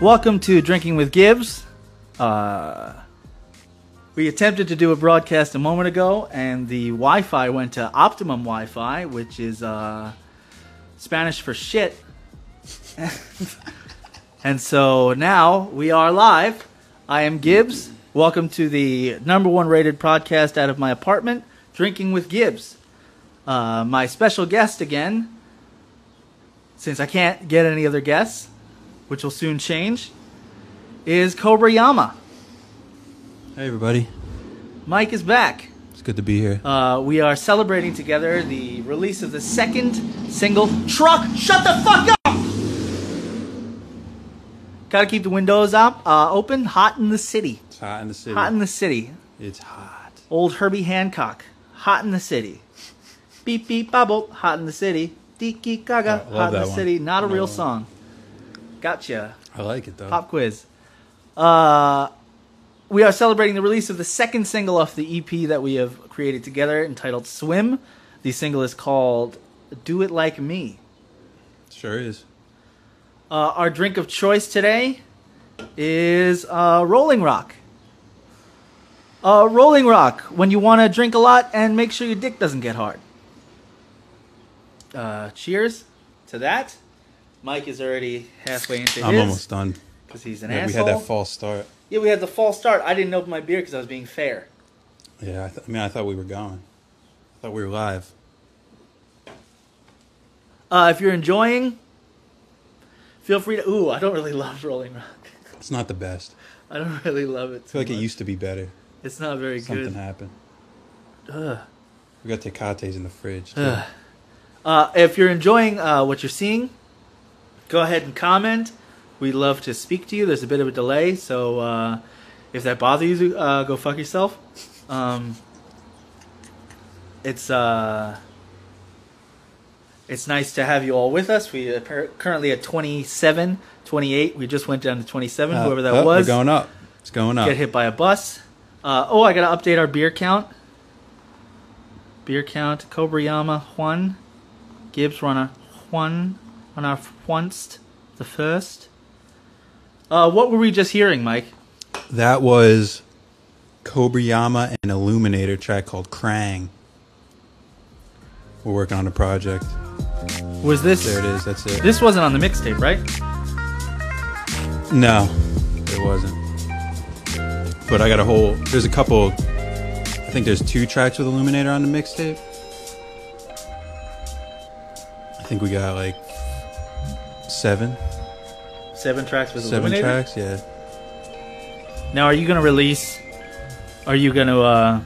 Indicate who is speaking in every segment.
Speaker 1: Welcome to Drinking with Gibbs. Uh, we attempted to do a broadcast a moment ago, and the Wi Fi went to Optimum Wi Fi, which is uh, Spanish for shit. and so now we are live. I am Gibbs. Welcome to the number one rated podcast out of my apartment, Drinking with Gibbs. Uh, my special guest again, since I can't get any other guests, which will soon change, is Cobra Yama.
Speaker 2: Hey everybody,
Speaker 1: Mike is back.
Speaker 2: it's good to be here.
Speaker 1: Uh, we are celebrating together the release of the second single truck. Shut the fuck up! Gotta keep the windows up, uh, open. Hot in the city.
Speaker 2: It's hot in the city.
Speaker 1: Hot in the city.
Speaker 2: it's hot.
Speaker 1: Old Herbie Hancock. Hot in the city. Beep beep bobble. Hot in the city. Diki gaga.
Speaker 2: I love
Speaker 1: Hot in
Speaker 2: that
Speaker 1: the
Speaker 2: one.
Speaker 1: city. Not a
Speaker 2: Love
Speaker 1: real
Speaker 2: that one.
Speaker 1: song. Gotcha.
Speaker 2: I like it though.
Speaker 1: Pop quiz. Uh, we are celebrating the release of the second single off the EP that we have created together entitled Swim. The single is called Do It Like Me.
Speaker 2: Sure is.
Speaker 1: Uh, our drink of choice today is uh, Rolling Rock. Uh, Rolling Rock, when you want to drink a lot and make sure your dick doesn't get hard. Uh, cheers to that. Mike is already halfway into
Speaker 2: I'm
Speaker 1: his
Speaker 2: almost done.
Speaker 1: because he's an
Speaker 2: Yeah, we
Speaker 1: asshole.
Speaker 2: had that false start.
Speaker 1: Yeah, we had the false start. I didn't open my beer because I was being fair.
Speaker 2: Yeah, I, th- I mean, I thought we were going. I thought we were live.
Speaker 1: Uh, if you're enjoying, feel free to. Ooh, I don't really love Rolling Rock.
Speaker 2: It's not the best.
Speaker 1: I don't really love it.
Speaker 2: I
Speaker 1: Too
Speaker 2: feel like it
Speaker 1: much.
Speaker 2: used to be better.
Speaker 1: It's not very
Speaker 2: Something
Speaker 1: good.
Speaker 2: happened.
Speaker 1: Ugh.
Speaker 2: We got tecates in the fridge. too.
Speaker 1: Ugh. Uh, if you're enjoying uh, what you're seeing, go ahead and comment. We love to speak to you. There's a bit of a delay, so uh, if that bothers you, uh, go fuck yourself. Um, it's uh, it's nice to have you all with us. We are per- currently at 27, 28. We just went down to 27.
Speaker 2: Uh,
Speaker 1: whoever that
Speaker 2: oh,
Speaker 1: was
Speaker 2: We're going up. It's going up.
Speaker 1: get hit by a bus. Uh, oh, I gotta update our beer count. Beer count: Kobayama Juan, Gibbs runner Juan, on our once the first. Uh, what were we just hearing, Mike?
Speaker 2: That was Kobayama and Illuminator track called Krang. We're working on a project.
Speaker 1: Was this?
Speaker 2: There it is. That's it.
Speaker 1: This wasn't on the mixtape, right?
Speaker 2: No, it wasn't. But I got a whole. There's a couple. I think there's two tracks with Illuminator on the mixtape. I think we got like seven,
Speaker 1: Seven tracks was
Speaker 2: seven
Speaker 1: Illuminator.
Speaker 2: tracks. Yeah.
Speaker 1: Now, are you gonna release? Are you gonna? Uh,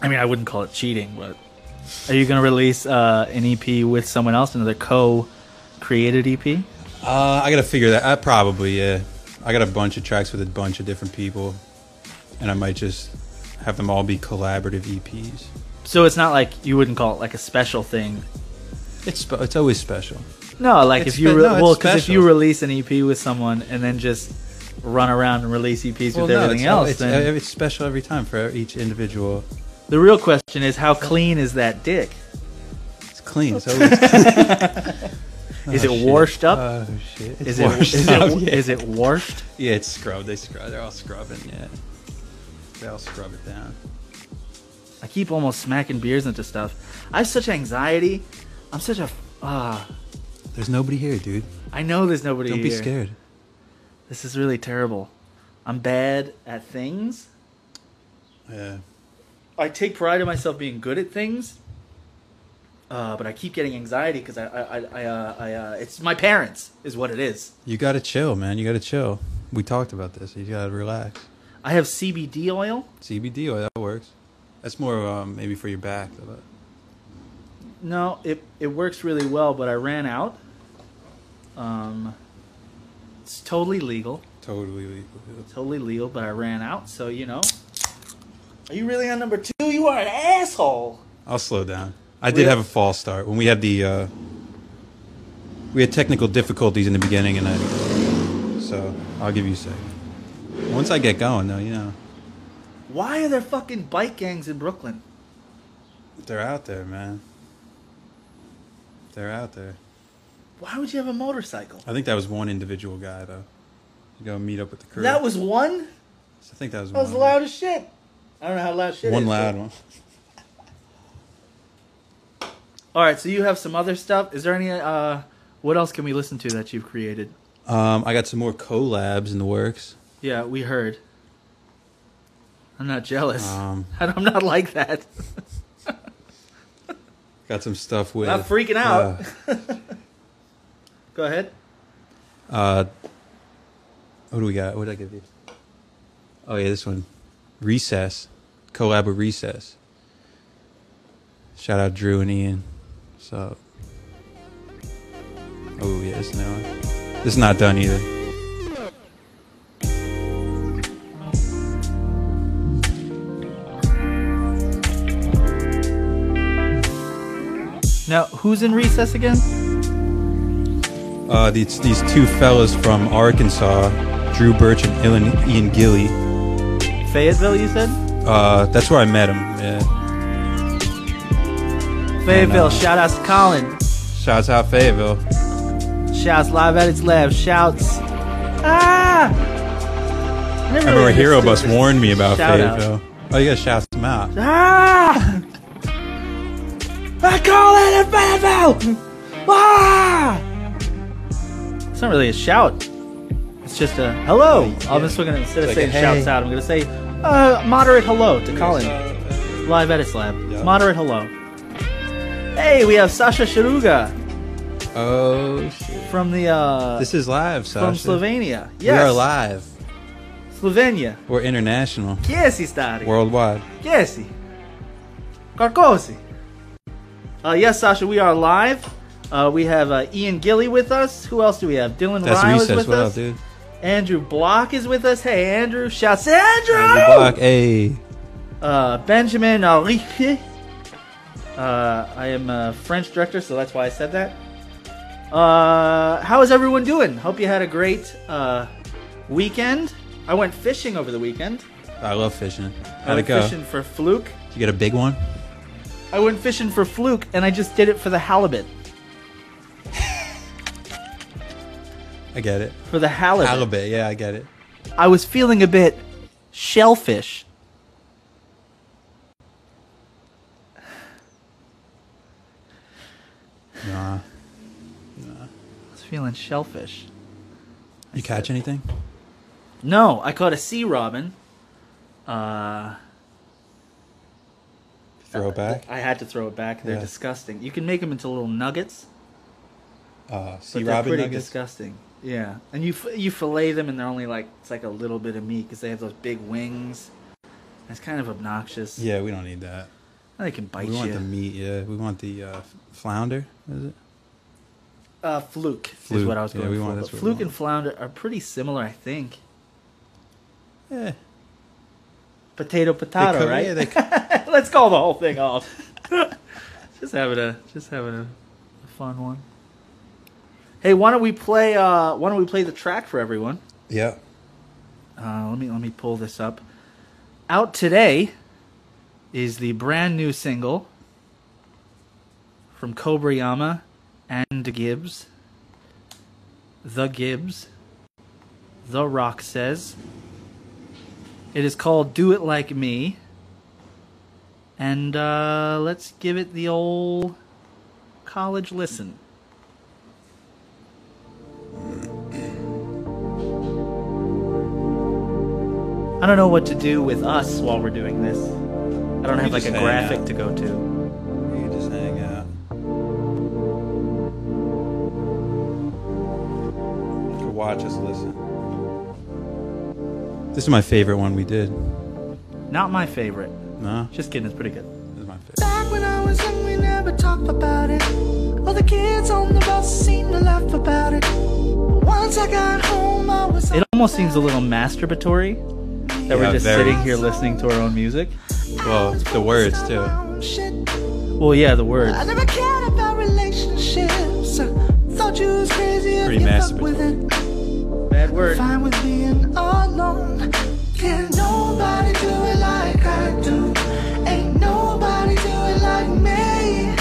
Speaker 1: I mean, I wouldn't call it cheating, but are you gonna release uh, an EP with someone else, another co-created E EP?
Speaker 2: Uh, I gotta figure that. I probably yeah. I got a bunch of tracks with a bunch of different people, and I might just have them all be collaborative E EPs.
Speaker 1: So it's not like you wouldn't call it like a special thing.
Speaker 2: It's spe- it's always special.
Speaker 1: No, like
Speaker 2: It's
Speaker 1: if you
Speaker 2: spe-
Speaker 1: re-
Speaker 2: no, it's
Speaker 1: well, because if
Speaker 2: special.
Speaker 1: you release an EP with someone and then just run around and release EPs with
Speaker 2: no,
Speaker 1: everything
Speaker 2: it's,
Speaker 1: else,
Speaker 2: it's,
Speaker 1: then
Speaker 2: it's special every time for each individual.
Speaker 1: the real question is how clean is that dick?
Speaker 2: It's clean. It's always
Speaker 1: Is
Speaker 2: Oh,
Speaker 1: it
Speaker 2: shit.
Speaker 1: washed up?
Speaker 2: Oh shit!
Speaker 1: is
Speaker 2: It's
Speaker 1: it
Speaker 2: washed
Speaker 1: is
Speaker 2: up,
Speaker 1: it,
Speaker 2: yeah.
Speaker 1: is it washed?
Speaker 2: Yeah, it's scrubbed. They scrub. They're all scrubbing. Yeah, they all scrub it down.
Speaker 1: I keep almost smacking beers into stuff. I have such anxiety. I'm such a. Uh,
Speaker 2: There's nobody here, dude.
Speaker 1: I know there's nobody
Speaker 2: Don't be
Speaker 1: here.
Speaker 2: scared.
Speaker 1: This is really terrible. I'm bad at things.
Speaker 2: Yeah.
Speaker 1: I take pride in myself being good at things, uh, but I keep getting anxiety because I, I, I, I, uh, I uh, it's my parents is what it is.
Speaker 2: You gotta chill, man. You gotta chill. We talked about this. You gotta relax.
Speaker 1: I have CBD oil.
Speaker 2: CBD oil that works. That's more um, maybe for your back. But
Speaker 1: No, it it works really well, but I ran out. Um, it's totally legal,
Speaker 2: totally. legal.
Speaker 1: totally legal, but I ran out. So you know, are you really on number two? You are an asshole.
Speaker 2: I'll slow down. I
Speaker 1: Really?
Speaker 2: did have a false start when we had the. Uh, we had technical difficulties in the beginning, and I. So I'll give you a second. Once I get going, though, you know.
Speaker 1: Why are there fucking bike gangs in Brooklyn?
Speaker 2: They're out there, man. They're out there.
Speaker 1: Why would you have a motorcycle?
Speaker 2: I think that was one individual guy, though. Go meet up with the crew.
Speaker 1: That was one.
Speaker 2: I think that was
Speaker 1: That was
Speaker 2: one.
Speaker 1: loud as shit. I don't know how loud shit
Speaker 2: One
Speaker 1: is. but-
Speaker 2: loud one.
Speaker 1: All right, so you have some other stuff. Is there any? uh What else can we listen to that you've created?
Speaker 2: Um, I got some more collabs in the works.
Speaker 1: Yeah, we heard. I'm not jealous.
Speaker 2: Um,
Speaker 1: I'm not like that.
Speaker 2: Got some stuff with.
Speaker 1: Not freaking out. Go ahead.
Speaker 2: Uh, uh, what do we got? What did I give you? Oh yeah, this one, Recess, collab with Recess. Shout out Drew and Ian. So, oh yeah, this is another one. This is not done either.
Speaker 1: Now, who's in recess again?
Speaker 2: Uh, these these two fellas from Arkansas, Drew Birch and Ian, Ian Gilly.
Speaker 1: Fayetteville, you said.
Speaker 2: Uh, that's where I met him. Yeah.
Speaker 1: Fayetteville. Shout outs to Colin.
Speaker 2: Shouts out Fayetteville.
Speaker 1: Shouts live at its lab. Shouts. Ah! I never
Speaker 2: I remember
Speaker 1: really
Speaker 2: Hero
Speaker 1: understood
Speaker 2: Bus
Speaker 1: this
Speaker 2: warned me about
Speaker 1: shout out.
Speaker 2: Fayetteville. Oh, you gotta shout them out.
Speaker 1: Ah! I call it a Fayetteville! Ah! It's not really a shout. It's just a hello. I'm just gonna instead of
Speaker 2: It's
Speaker 1: saying
Speaker 2: like a hey. uh,
Speaker 1: shouts out, I'm gonna say uh, moderate hello to Colin live at its lab.
Speaker 2: Yeah.
Speaker 1: Moderate hello. Hey, we have Sasha Sharuga
Speaker 2: Oh, shit.
Speaker 1: from the uh,
Speaker 2: This is live, Sasha.
Speaker 1: from Slovenia. Yes,
Speaker 2: We are live.
Speaker 1: Slovenia.
Speaker 2: We're international,
Speaker 1: Kiesi stari.
Speaker 2: worldwide.
Speaker 1: Kiesi. Karkosi. Uh, yes, Sasha, we are live. Uh, we have uh, Ian Gilly with us. Who else do we have? Dylan
Speaker 2: That's
Speaker 1: Ryan is
Speaker 2: recess.
Speaker 1: with
Speaker 2: What
Speaker 1: us.
Speaker 2: up, dude?
Speaker 1: Andrew Block is with us. Hey, Andrew. Shouts Andrew!
Speaker 2: Andrew Block, hey.
Speaker 1: Uh, Benjamin Henrique. Uh, I am a French director, so that's why I said that. Uh, how is everyone doing? Hope you had a great uh, weekend. I went fishing over the weekend.
Speaker 2: I love fishing.
Speaker 1: I
Speaker 2: How'd it
Speaker 1: went
Speaker 2: go?
Speaker 1: fishing for fluke.
Speaker 2: Did you get a big one?
Speaker 1: I went fishing for fluke, and I just did it for the halibut.
Speaker 2: I get it.
Speaker 1: For the halibut,
Speaker 2: Halibut, yeah, I get it.
Speaker 1: I was feeling a bit shellfish.
Speaker 2: Nah.
Speaker 1: I was feeling shellfish.
Speaker 2: You catch anything?
Speaker 1: No, I caught a sea robin. Uh,
Speaker 2: Throw it back?
Speaker 1: I had to throw it back. They're
Speaker 2: Yeah.
Speaker 1: disgusting. You can make them into little nuggets,
Speaker 2: Uh,
Speaker 1: but
Speaker 2: sea
Speaker 1: they're
Speaker 2: robin
Speaker 1: pretty
Speaker 2: nuggets?
Speaker 1: disgusting. Yeah, and you f- you fillet them, and they're only like it's like a little bit of meat because they have those big wings. That's kind of obnoxious.
Speaker 2: Yeah, we don't need that.
Speaker 1: they can bite
Speaker 2: We want
Speaker 1: you.
Speaker 2: the meat, yeah. We want the uh, flounder, is it?
Speaker 1: uh, fluke, is
Speaker 2: Fluke.
Speaker 1: what I was
Speaker 2: Yeah,
Speaker 1: going
Speaker 2: we
Speaker 1: for.
Speaker 2: want-
Speaker 1: but
Speaker 2: that's what we
Speaker 1: fluke and
Speaker 2: want.
Speaker 1: flounder are pretty similar, I think.
Speaker 2: Yeah.
Speaker 1: Potato, potato,
Speaker 2: co-
Speaker 1: right?
Speaker 2: yeah, they
Speaker 1: Let's call the whole thing off. just having a just having a, a fun one. Hey, why don't we play? Uh, why don't we play the track for everyone?
Speaker 2: Yeah.
Speaker 1: Uh, let me let me pull this up. Out today is the brand new single from Kobayama and Gibbs. The Gibbs. The Rock says. It is called Do It Like Me. And uh, let's give it the old college listen. I don't know what to do with us while we're doing this. I don't have like
Speaker 2: just
Speaker 1: a
Speaker 2: hang out.
Speaker 1: graphic to go to.
Speaker 2: You just hang out. You can watch us listen. This is my favorite one we did.
Speaker 1: Not my favorite.
Speaker 2: No,
Speaker 1: Just kidding, it's pretty good.
Speaker 2: this is my favorite.
Speaker 3: Back when I was young, we never talked about it. All the kids on the bus seemed to laugh about it. Once I got home, I was
Speaker 1: It almost seems a little masturbatory that we're
Speaker 2: Yeah,
Speaker 1: just
Speaker 2: very.
Speaker 1: sitting here listening to our own music.
Speaker 2: Well, the words too.
Speaker 3: Shit.
Speaker 1: Well, yeah, the words.
Speaker 3: I never cared about relationships. I thought you was crazy if
Speaker 2: Pretty
Speaker 3: you fucked with it.
Speaker 1: Bad word.
Speaker 3: Fine with being all alone. Can nobody do it like I do? Ain't nobody do it like me.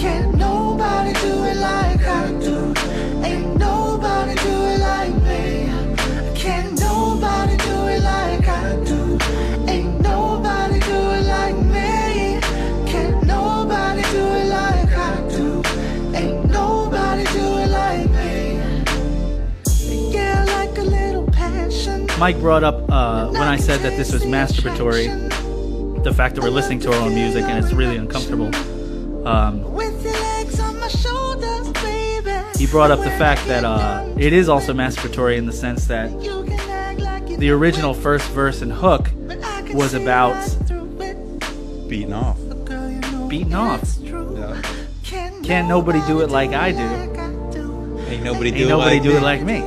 Speaker 3: Can't nobody do it like I do. Ain't nobody do it like me. Can't
Speaker 1: Mike brought up uh, when I said that this was masturbatory, the fact that we're listening to our own music and it's really uncomfortable. Um,
Speaker 3: With your legs on my shoulders, baby.
Speaker 1: he brought up the fact that uh, it is also masturbatory in the sense that the original first verse and hook was about
Speaker 2: Beating off.
Speaker 1: beating off.
Speaker 2: Yeah.
Speaker 3: Can't nobody do it like I do.
Speaker 2: Ain't nobody do
Speaker 1: Ain't
Speaker 2: it
Speaker 1: nobody
Speaker 2: like
Speaker 1: do
Speaker 2: me.
Speaker 1: it like me.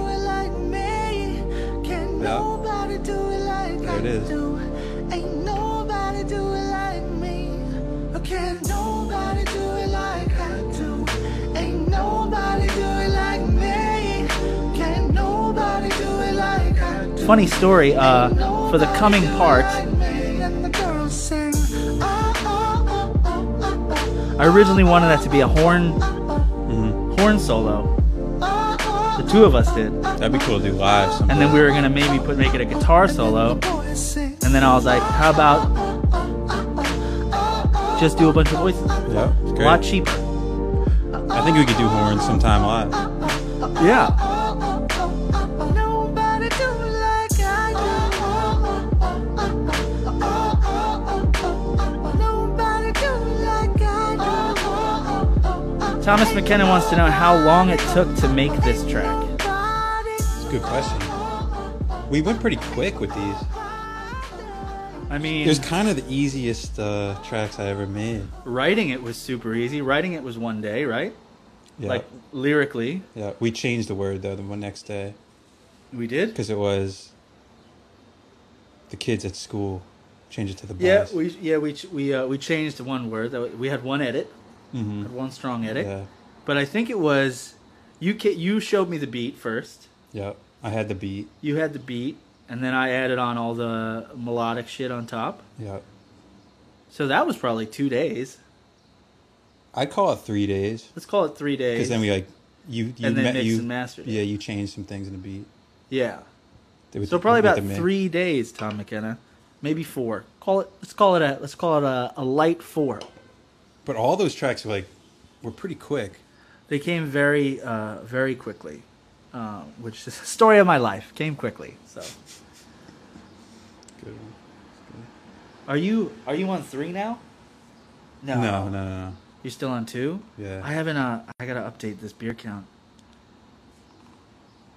Speaker 2: Yeah. There it is.
Speaker 1: Funny story uh, for the coming part. "Ah, I originally wanted that to be a horn horn solo. ah, The two of us did,
Speaker 2: That'd be cool to do live. Sometime.
Speaker 1: and then we were gonna maybe put make it a guitar solo. And then I was like, how about just do a bunch of voices?
Speaker 2: Yeah, it's
Speaker 1: A
Speaker 2: great.
Speaker 1: lot cheaper.
Speaker 2: I think we could do horns sometime live.
Speaker 1: Yeah.
Speaker 3: Nobody do it like I do. Nobody do it like I do.
Speaker 1: Thomas McKenna wants to know how long it took to make this track.
Speaker 2: It's a good question. We went pretty quick with these.
Speaker 1: I
Speaker 2: It
Speaker 1: mean,
Speaker 2: was kind of the easiest uh, tracks I ever made.
Speaker 1: writing it was super easy. Writing it was one day, right?
Speaker 2: Yeah.
Speaker 1: Like lyrically,
Speaker 2: yeah. We changed the word though the one next day
Speaker 1: we did.
Speaker 2: because it was the kids at school. Change it to the boys.
Speaker 1: Yeah, we yeah we ch- we uh, we changed one word. That We had one edit, had one strong edit.
Speaker 2: Mm-hmm. Yeah.
Speaker 1: But I think it was you. Ca- you showed me the beat first.
Speaker 2: Yeah. I had the beat.
Speaker 1: You had the beat, and then I added on all the melodic shit on top.
Speaker 2: Yeah.
Speaker 1: So that was probably two days.
Speaker 2: I call it three days
Speaker 1: Let's call it three days.
Speaker 2: because then we like you you
Speaker 1: And then
Speaker 2: ma-
Speaker 1: mix
Speaker 2: you
Speaker 1: and mastered it.
Speaker 2: yeah you changed some things in the beat.
Speaker 1: yeah.
Speaker 2: They would-
Speaker 1: So probably
Speaker 2: with
Speaker 1: about
Speaker 2: the mix.
Speaker 1: three days, Tom McKenna, maybe four. Call it. Let's call it a. Let's call it a, a light four.
Speaker 2: But all those tracks were like were pretty quick.
Speaker 1: They came very, uh, very quickly, uh, which is the story of my life. Came quickly. So,
Speaker 2: Good one.
Speaker 1: are you are you on three now? No,
Speaker 2: No, no, no, no.
Speaker 1: You're still on two.
Speaker 2: Yeah.
Speaker 1: I haven't. Uh, I gotta update this beer count.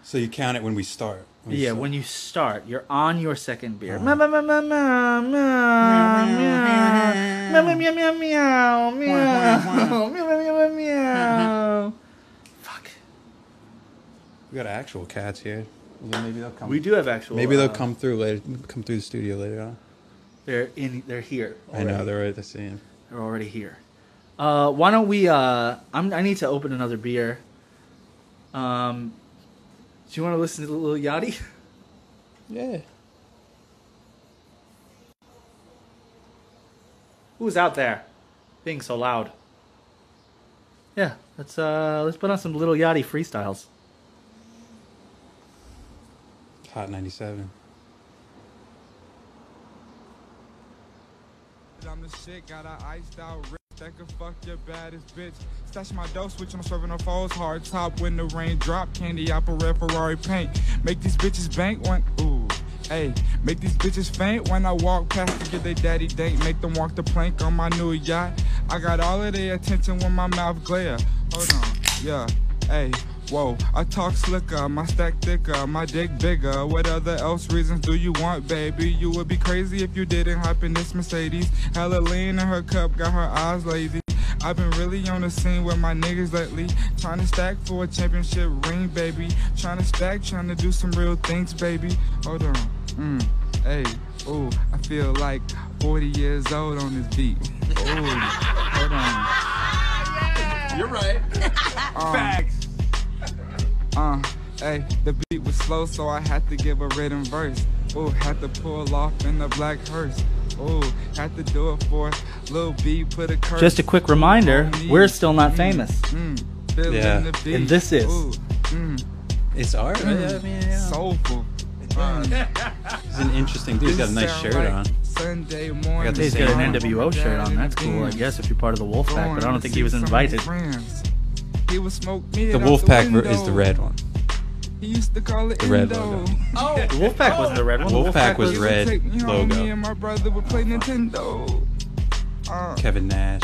Speaker 2: So you count it when we start.
Speaker 1: yeah, when you start, you're on your second beer. Meow, meow, meow, meow, meow, meow, meow. Meow, meow, meow, meow, meow, meow. Meow, meow, meow, meow, meow. Fuck.
Speaker 2: we got actual cats here. Well, then maybe they'll come.
Speaker 1: We do have actual.
Speaker 2: Maybe they'll
Speaker 1: uh,
Speaker 2: come through later. Come through the studio later on.
Speaker 1: They're in. They're here.
Speaker 2: I know
Speaker 1: already.
Speaker 2: they're right the same.
Speaker 1: They're already here. Uh, why don't we? Uh, I'm, I need to open another beer. Um, do you want to listen to Lil Yachty?
Speaker 2: Yeah.
Speaker 1: Who's out there being so loud? Yeah, let's uh, let's put on some Little Yachty freestyles.
Speaker 2: Hot ninety seven.
Speaker 4: I'm the shit, got a iced out wrist that could fuck your baddest bitch. Stash my dough switch, I'm serving the foes hard top when the rain drop. Candy apple red Ferrari paint. Make these bitches bank one. Ooh. Hey, make these bitches faint when I walk past to get they daddy date. Make them walk the plank on my new yacht. I got all of their attention when my mouth glare. Hold on, yeah. Hey, whoa, I talk slicker, my stack thicker, my dick bigger. What other else reasons do you want, baby? You would be crazy if you didn't hop in this Mercedes. Hella lean in her cup, got her eyes lazy. I've been really on the scene with my niggas lately. Trying to stack for a championship ring, baby. Trying to stack, trying to do some real things, baby. Hold on, mm, hey, ooh, I feel like 40 years old on this beat. Ooh, hold on. Um, Uh, hey, the beat was slow, so I had to give a rhythm verse. Ooh, had to pull off in the black hearse. Ooh, had to do it for Lil B, put a curse.
Speaker 1: Just a quick reminder: we're still not famous.
Speaker 4: Mm, feeling
Speaker 2: Yeah.
Speaker 4: the beat.
Speaker 1: And this is-
Speaker 4: Ooh, mm,
Speaker 2: It's art. right?
Speaker 1: Mm.
Speaker 2: I mean, yeah.
Speaker 4: soulful.
Speaker 2: He's an interesting dude. He's got a nice shirt on.
Speaker 4: Sunday morning.
Speaker 2: the
Speaker 1: He's
Speaker 2: same
Speaker 1: got
Speaker 2: one.
Speaker 1: an NWO shirt on. That's cool, I guess, if you're part of the Wolfpack. But I don't think he was invited.
Speaker 4: He would smoke me
Speaker 2: The
Speaker 4: out
Speaker 2: Wolfpack ver- is
Speaker 4: window.
Speaker 2: the red one.
Speaker 4: He used to call it
Speaker 2: The red
Speaker 4: Endo.
Speaker 2: logo.
Speaker 1: Oh, the Wolfpack wasn't the red one. The
Speaker 2: Wolfpack was
Speaker 4: He would
Speaker 2: red
Speaker 4: take me home,
Speaker 2: logo.
Speaker 4: Me and my brother would play Nintendo. Uh,
Speaker 2: Kevin Nash.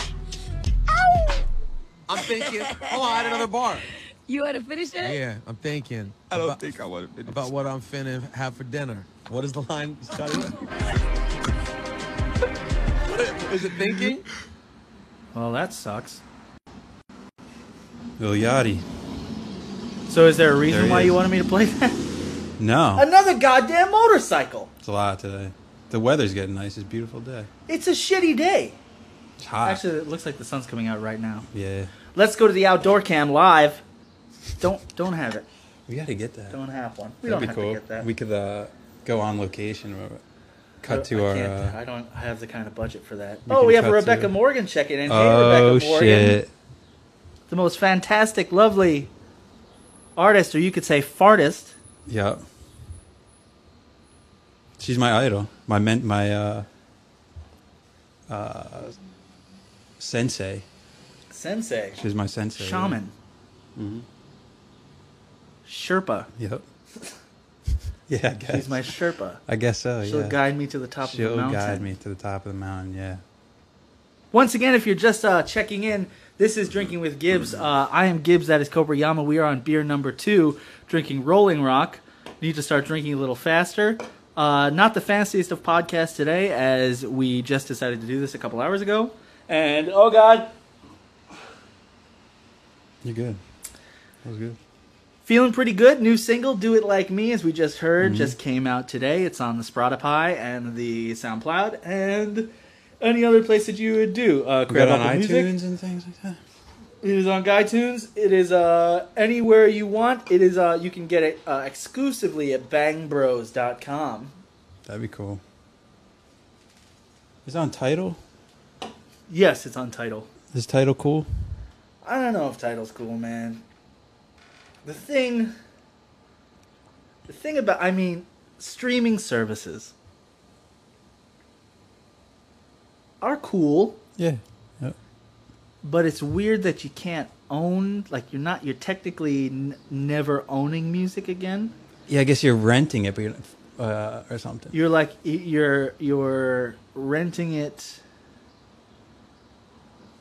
Speaker 5: I'm thinking. Oh, I had another bar.
Speaker 6: You want to finish it?
Speaker 5: Yeah, I'm thinking
Speaker 4: I don't
Speaker 5: about,
Speaker 4: think I would have been
Speaker 5: about what I'm finna have for dinner. What is the line? is it thinking?
Speaker 1: Well, that sucks.
Speaker 2: Lil Yachty.
Speaker 1: So is there a reason
Speaker 2: There he
Speaker 1: why
Speaker 2: is.
Speaker 1: you wanted me to play that?
Speaker 2: No.
Speaker 1: Another goddamn motorcycle.
Speaker 2: It's a lot today. The weather's getting nice. It's a beautiful day.
Speaker 1: It's a shitty day.
Speaker 2: It's hot.
Speaker 1: Ah. Actually, it looks like the sun's coming out right now.
Speaker 2: yeah.
Speaker 1: Let's go to the outdoor cam live. Don't don't have it.
Speaker 2: We got to get that.
Speaker 1: Don't have one. We
Speaker 2: That'd
Speaker 1: don't
Speaker 2: be
Speaker 1: have
Speaker 2: cool.
Speaker 1: to get that.
Speaker 2: We could uh, go on location or cut
Speaker 1: I
Speaker 2: to our.
Speaker 1: can't-
Speaker 2: Uh,
Speaker 1: I don't have the kind of budget for that.
Speaker 2: we
Speaker 1: Oh,
Speaker 2: can
Speaker 1: we have
Speaker 2: cut
Speaker 1: Rebecca
Speaker 2: to-
Speaker 1: Morgan checking in. Hey,
Speaker 2: oh
Speaker 1: Rebecca Morgan,
Speaker 2: shit!
Speaker 1: the most fantastic, lovely artist, or you could say fartist.
Speaker 2: Yeah. She's my idol. My men, my uh, uh, sensei.
Speaker 1: Sensei.
Speaker 2: She's my sensei. Mm-hmm.
Speaker 1: Shaman. Sherpa.
Speaker 2: Yep. yeah, I guess.
Speaker 1: He's my Sherpa.
Speaker 2: I guess so.
Speaker 1: She'll
Speaker 2: Oh, yeah.
Speaker 1: guide me to the top of
Speaker 2: She'll
Speaker 1: the mountain.
Speaker 2: guide me to the top of the mountain. Yeah.
Speaker 1: Once again, if you're just uh, checking in, this is Drinking with Gibbs. Uh, I am Gibbs, that is Cobra Yama. We are on beer number two, drinking Rolling Rock. Need to start drinking a little faster. Uh, not the fanciest of podcasts today, as we just decided to do this a couple hours ago. And oh god,
Speaker 2: You're good. That was good.
Speaker 1: feeling pretty good. New single, Do It Like Me, as we just
Speaker 2: Mm-hmm.
Speaker 1: heard, just came out today. It's on the Spotify and the SoundCloud and any other place that you would do. Uh,
Speaker 2: We got
Speaker 1: grab
Speaker 2: it on
Speaker 1: Apple
Speaker 2: iTunes
Speaker 1: Music.
Speaker 2: and things like that.
Speaker 1: It is on iTunes. It is uh, anywhere you want. It is uh, you can get it uh, exclusively at bangbros.com.
Speaker 2: That'd be cool. Is it on title?
Speaker 1: Yes, it's on Title.
Speaker 2: Is title cool?
Speaker 1: I don't know if Title's cool, man. The thing the thing about I mean, streaming services are cool,
Speaker 2: Yeah. Yep.
Speaker 1: but it's weird that you can't own like you're not you're technically n- never owning music again.
Speaker 2: Yeah, I guess you're renting it, but you're not, uh, or something.
Speaker 1: You're like y- you're you're renting it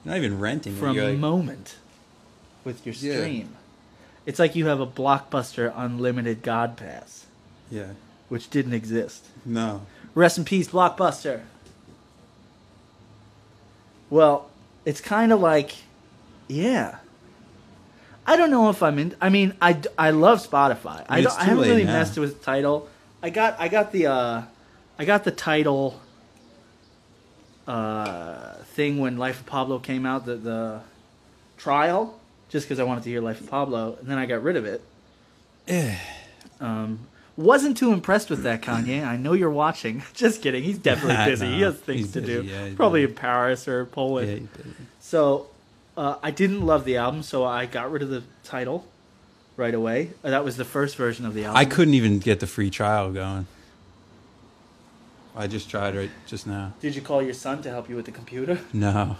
Speaker 2: You're not even renting
Speaker 1: from
Speaker 2: it. You're like,
Speaker 1: moment with your
Speaker 5: Yeah.
Speaker 1: stream. It's like you have a blockbuster unlimited God Pass,
Speaker 2: yeah.
Speaker 1: which didn't exist.
Speaker 2: No.
Speaker 1: Rest in peace, blockbuster. Well, it's kind of like, yeah. I don't know if I'm in. I mean, I, d- I love Spotify. I, don't,
Speaker 2: mean, it's
Speaker 1: I
Speaker 2: too
Speaker 1: haven't
Speaker 2: late
Speaker 1: really
Speaker 2: now.
Speaker 1: messed with title. I got I got the uh, I got the title uh, thing when Life of Pablo came out. The the trial, just because I wanted to hear Life of Pablo, and then I got rid of it.
Speaker 2: Eh.
Speaker 1: um, wasn't too impressed with that, Kanye. I know you're watching. Just kidding. He's definitely
Speaker 2: I
Speaker 1: busy. he
Speaker 2: know.
Speaker 1: has things
Speaker 2: He's
Speaker 1: to
Speaker 2: busy,
Speaker 1: do.
Speaker 2: yeah, he's
Speaker 1: Probably
Speaker 2: busy.
Speaker 1: in Paris or
Speaker 2: Yeah,
Speaker 1: Poland.
Speaker 2: you did.
Speaker 1: So uh, I didn't love the album, so I got rid of the title right away. Uh, That was the first version of the album.
Speaker 2: I couldn't even get the free trial going. I just tried right just now.
Speaker 1: Did you call your son to help you with the computer?
Speaker 2: No.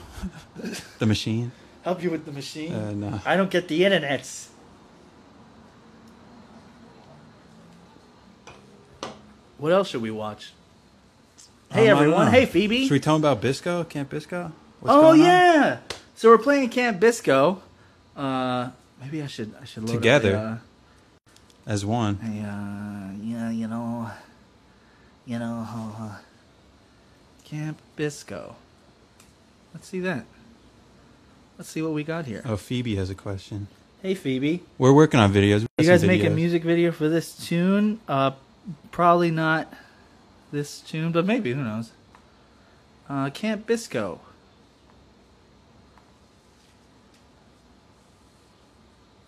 Speaker 2: the machine?
Speaker 1: Help you with the machine?
Speaker 2: Uh, no.
Speaker 1: I don't get the internets. What else should we watch? Hey
Speaker 2: Um, I don't
Speaker 1: everyone!
Speaker 2: know.
Speaker 1: Hey Phoebe!
Speaker 2: Should we tell him about Bisco? Camp Bisco? What's
Speaker 1: oh
Speaker 2: going on?
Speaker 1: yeah. So we're playing Camp Bisco. Uh, maybe I should I should load
Speaker 2: Together.
Speaker 1: Up
Speaker 2: As
Speaker 1: a,
Speaker 2: one.
Speaker 1: uh, a, uh, yeah, you know, you know, uh, Camp Bisco. Let's see that. Let's see what we got here.
Speaker 2: Oh, Phoebe has a question.
Speaker 1: Hey Phoebe,
Speaker 2: We're working on videos.
Speaker 1: you guys make a
Speaker 2: music.
Speaker 1: music video for this tune? Uh, probably not this tune, but maybe who knows? Uh, Camp Bisco.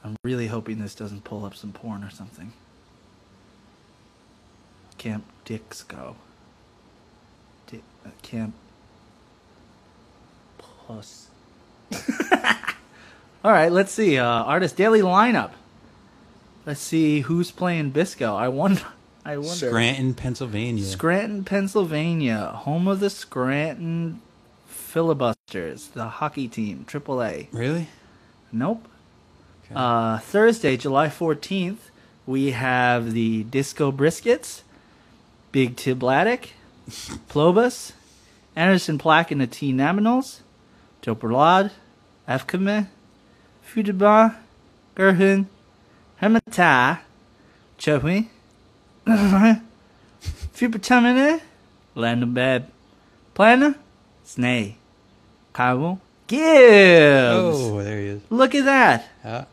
Speaker 1: I'm really hoping this doesn't pull up some porn or something. Camp Dixco. Di- uh, Camp Puss. All right, let's see. Uh, artist daily lineup. Let's see who's playing Bisco. I wonder. I wonder.
Speaker 2: Scranton, Pennsylvania.
Speaker 1: Scranton, Pennsylvania, home of the Scranton Filibusters, the hockey team, AAA.
Speaker 2: really?
Speaker 1: Nope.
Speaker 2: Okay.
Speaker 1: Uh, Thursday, July 14th, We have the Disco Briskets, Big Tib Bladdock, Plobus, Anderson Plack and the T Naminals, Toperlad, Efkame, Fudiba, Gerhun, Hermata, Chohui, Fupatamine, Landabeb, Plana, Snay, Kyle, Gibbs.
Speaker 2: Oh, there he is.
Speaker 1: Look at that.
Speaker 2: Yeah,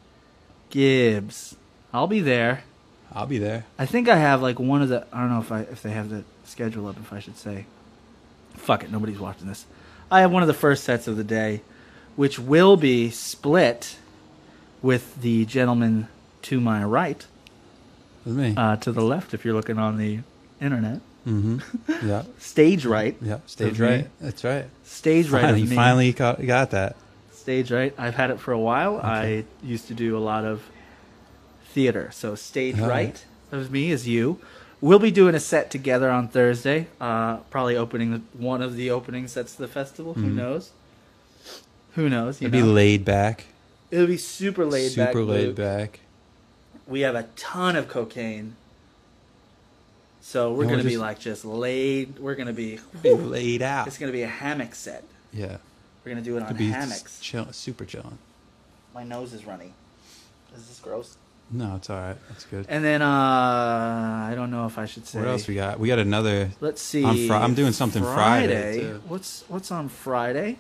Speaker 1: Gibbs. I'll be there.
Speaker 2: I'll be there.
Speaker 1: I think I have like one of the. I don't know if I if they have the schedule up. If I should say, fuck it, nobody's watching this. I have one of the first sets of the day, which will be split with the gentleman to my right,
Speaker 2: With me.
Speaker 1: uh, to the left. If you're looking on the internet,
Speaker 2: mm-hmm. Yeah,
Speaker 1: stage right,
Speaker 2: yeah. Stage
Speaker 1: me.
Speaker 2: right. That's right.
Speaker 1: stage right.
Speaker 2: Finally,
Speaker 1: of me.
Speaker 2: finally got, got that.
Speaker 1: Stage right. I've had it for a while. I used to do a lot of theater. So stage
Speaker 2: Oh.
Speaker 1: right of me is you. We'll be doing a set together on Thursday. Uh, probably opening the, one of the openings that's the festival. Who knows? Who knows? You
Speaker 2: Mm-hmm. It'd
Speaker 1: know?
Speaker 2: be laid back.
Speaker 1: It'll be super laid
Speaker 2: super
Speaker 1: back.
Speaker 2: laid
Speaker 1: Luke.
Speaker 2: back.
Speaker 1: We have a ton of cocaine. So we're
Speaker 2: No, we're
Speaker 1: gonna be
Speaker 2: just-
Speaker 1: like just laid. We're gonna be.
Speaker 2: Be laid out.
Speaker 1: It's gonna be a hammock set.
Speaker 2: yeah.
Speaker 1: We're gonna do it on
Speaker 2: It'd be
Speaker 1: hammocks.
Speaker 2: chill, super chilling.
Speaker 1: My nose is runny. Is this gross?
Speaker 2: No, it's all right. That's good.
Speaker 1: And then uh, I don't know if I should say.
Speaker 2: What else we got? We got another.
Speaker 1: Let's see.
Speaker 2: On Fri- I'm doing something Friday, too.
Speaker 1: What's what's on Friday?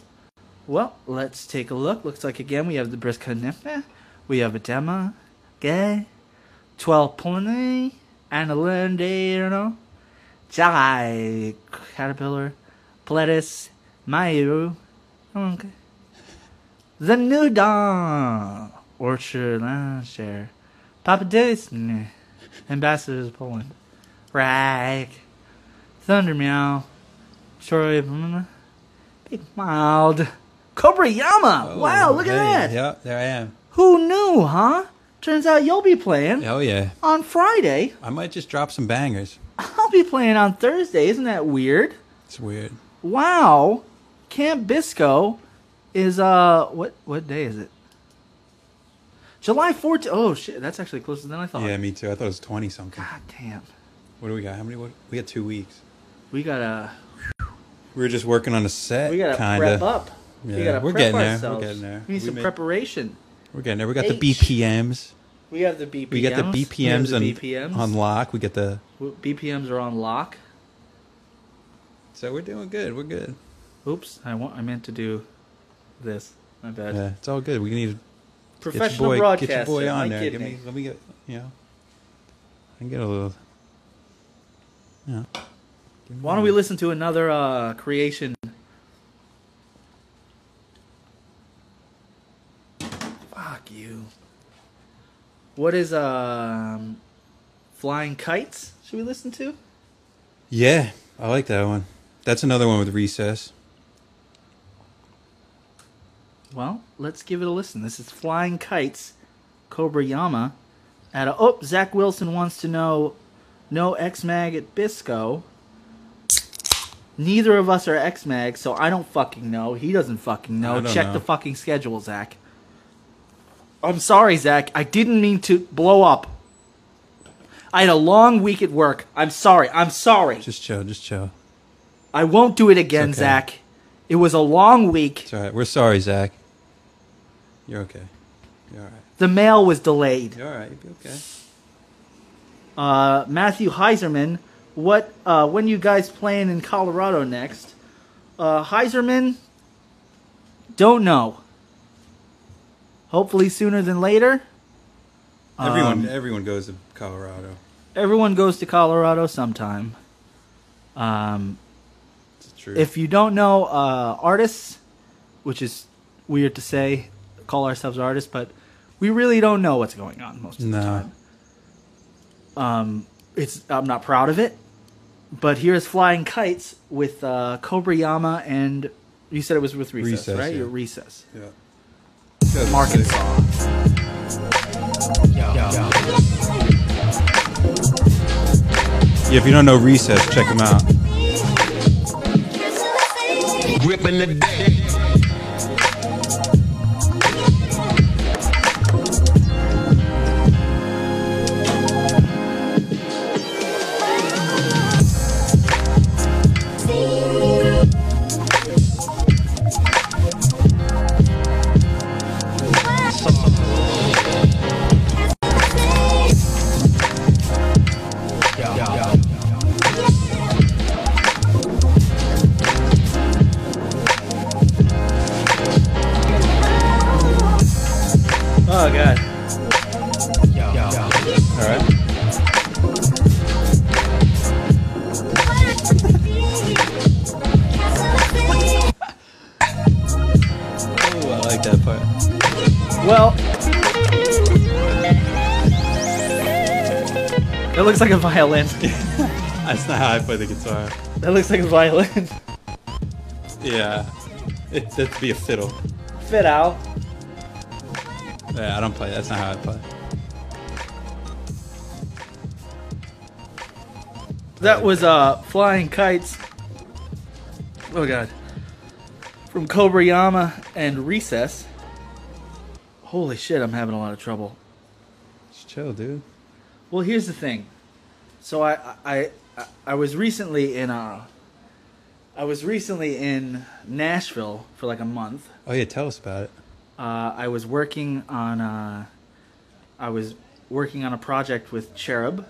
Speaker 1: Well, let's take a look. Looks like again we have the brisk Nefe, we have Adema, Gay, Twelve Pony, Analandano, Jai, Caterpillar, Pledis, Mayu, Oh, okay. The New Dawn, Orchard Share, Papa Disney, Ambassadors of Poland, Rag, Thunder Meow, Story of Big Mild, Cobra Yama. wow,
Speaker 2: Oh,
Speaker 1: look
Speaker 2: hey,
Speaker 1: at that.
Speaker 2: Yep, there I am.
Speaker 1: Who knew, huh? Turns out you'll be playing
Speaker 2: Oh yeah,
Speaker 1: on Friday.
Speaker 2: I might just drop some bangers.
Speaker 1: I'll be playing on Thursday. Isn't that weird?
Speaker 2: It's weird.
Speaker 1: Wow, Camp Bisco is uh what what day is it? July 14th. Oh shit, that's actually closer than I thought.
Speaker 2: Yeah, me too. I thought it was twenty something.
Speaker 1: God damn.
Speaker 2: What do we got? How many? What, we got two weeks.
Speaker 1: We got to
Speaker 2: We were just working on a set.
Speaker 1: we got to
Speaker 2: Uh, kinda.
Speaker 1: prep up. we
Speaker 2: Yeah,
Speaker 1: got to
Speaker 2: we're
Speaker 1: prep
Speaker 2: getting there. We're
Speaker 1: ourselves.
Speaker 2: getting there.
Speaker 1: We need
Speaker 2: We
Speaker 1: some
Speaker 2: made-
Speaker 1: preparation.
Speaker 2: We're getting there. We got
Speaker 1: H.
Speaker 2: the BPMs.
Speaker 1: We have the BPMs.
Speaker 2: We got the BPMs,
Speaker 1: the
Speaker 2: on,
Speaker 1: BPMs.
Speaker 2: on lock. We got the.
Speaker 1: W- BPMs are on lock.
Speaker 2: So we're doing good. We're good.
Speaker 1: Oops, I want I meant to do this. My bad.
Speaker 2: Yeah, it's all good. We need to get your
Speaker 1: Professional
Speaker 2: boy,
Speaker 1: broadcaster.
Speaker 2: get your boy on
Speaker 1: my
Speaker 2: there. Give
Speaker 1: kidney.
Speaker 2: me, let me get, you know, I can get a little. Yeah.
Speaker 1: Why don't we listen to another uh, creation? Fuck you. What is um, flying kites? Should we listen to?
Speaker 2: Yeah, I like that one. That's another one with recess.
Speaker 1: Well, let's give it a listen. This is flying kites, Cobra Yama. At a, oh, Zach Wilson wants to know, no X Mag at Bisco. Neither of us are X Mag, so I don't fucking know. He doesn't fucking know.
Speaker 2: I don't
Speaker 1: Check
Speaker 2: know.
Speaker 1: the fucking schedule, Zach. I'm sorry, Zach. I didn't mean to blow up. I had a long week at work. I'm sorry. I'm sorry.
Speaker 2: Just chill, just chill.
Speaker 1: I won't do it again,
Speaker 2: okay.
Speaker 1: Zach. It was a long week.
Speaker 2: It's all right. We're sorry, Zach. You're okay. You're all right.
Speaker 1: The mail was delayed.
Speaker 2: You're all right. You'll be okay.
Speaker 1: Uh, Matthew Heiserman, what uh, when you guys playing in Colorado next? Uh, Heiserman, don't know. Hopefully sooner than later.
Speaker 2: Everyone, everyone goes to Colorado.
Speaker 1: Everyone goes to Colorado sometime. Um,
Speaker 2: It's true.
Speaker 1: If you don't know uh, artists, which is weird to say, call ourselves artists, but we really don't know what's going on most of the
Speaker 2: No.
Speaker 1: time. Um, it's I'm not proud of it, but here's flying kites with uh, Cobra Yama and you said it was with recess,
Speaker 2: Recess,
Speaker 1: right?
Speaker 2: yeah.
Speaker 1: Your recess.
Speaker 2: yeah.
Speaker 1: Market
Speaker 2: song. Yeah, if you don't know Recess, check them out.
Speaker 5: Gripping the dick.
Speaker 1: Oh god.
Speaker 2: All right. Ooh, I like that part.
Speaker 1: Well, that looks like a violin.
Speaker 2: That's not how I play the guitar.
Speaker 1: That looks like a violin.
Speaker 2: Yeah. It, that'd be a fiddle.
Speaker 1: Fit out.
Speaker 2: Yeah, I don't play. That's not how I play.
Speaker 1: That was uh flying kites. Oh god. From Cobra Yama and Recess. Holy shit, I'm having a lot of trouble.
Speaker 2: Just chill, dude.
Speaker 1: Well, here's the thing. So I I I, I was recently in uh I was recently in Nashville for like a month.
Speaker 2: Oh yeah, tell us about it.
Speaker 1: Uh, I was working on uh, I was working on a project with Cherub.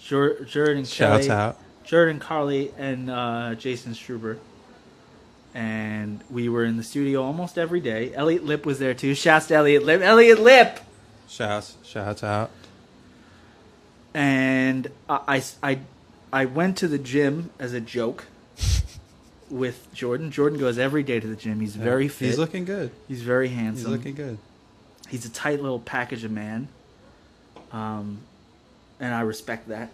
Speaker 1: Jer- Jared and
Speaker 2: Shouts
Speaker 1: Kelly-
Speaker 2: out.
Speaker 1: Jared and Carly and uh, Jason Struber. And we were in the studio almost every day. Elliot Lip was there too. Shouts to Elliot Lip. Elliot Lip!
Speaker 2: Shouts, shouts out.
Speaker 1: and I, I, I went to the gym as a joke with Jordan. Jordan goes every day to the gym. He's very fit.
Speaker 2: He's looking good.
Speaker 1: He's very
Speaker 2: He's
Speaker 1: handsome. He's,
Speaker 2: looking good.
Speaker 1: a tight little package of man. Um, and I respect that.